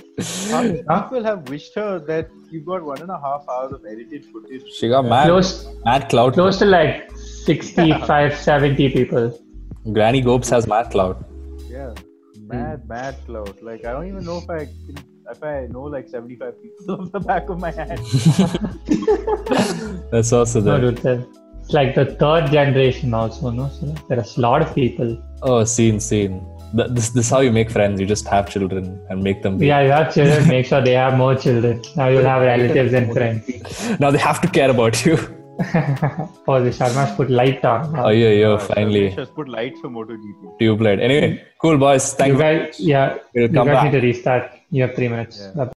Speaker 1: How many people have wished her that you got one and a half hours of edited footage?
Speaker 2: She got mad.
Speaker 4: Close,
Speaker 2: Mad clout.
Speaker 4: close to like 65, 70 people.
Speaker 2: Granny Gopes has mad clout.
Speaker 1: Yeah, mad, mad clout. Like I don't even know if I can, if I know like seventy-five people off the back of my head.
Speaker 2: That's also
Speaker 4: No,
Speaker 2: there.
Speaker 4: dude, that- it's like the third generation also. No, so there's a lot of people.
Speaker 2: Oh, scene, scene. Th- This, this is how you make friends. You just have children and make them. Be.
Speaker 4: Yeah, you have children. Make sure they have more children. Now you'll have relatives and friends.
Speaker 2: Now they have to care about you.
Speaker 4: Oh, the Sharma's put light on.
Speaker 2: Oh, yeah, yeah. Finally,
Speaker 1: She has put lights for MotoGP.
Speaker 2: tube light. Anyway, cool, boys. Thank
Speaker 4: You
Speaker 2: you.
Speaker 4: guys, yeah,
Speaker 2: We'll
Speaker 4: you
Speaker 2: come
Speaker 4: guys
Speaker 2: back.
Speaker 4: need to restart. You have three minutes. Bye-bye.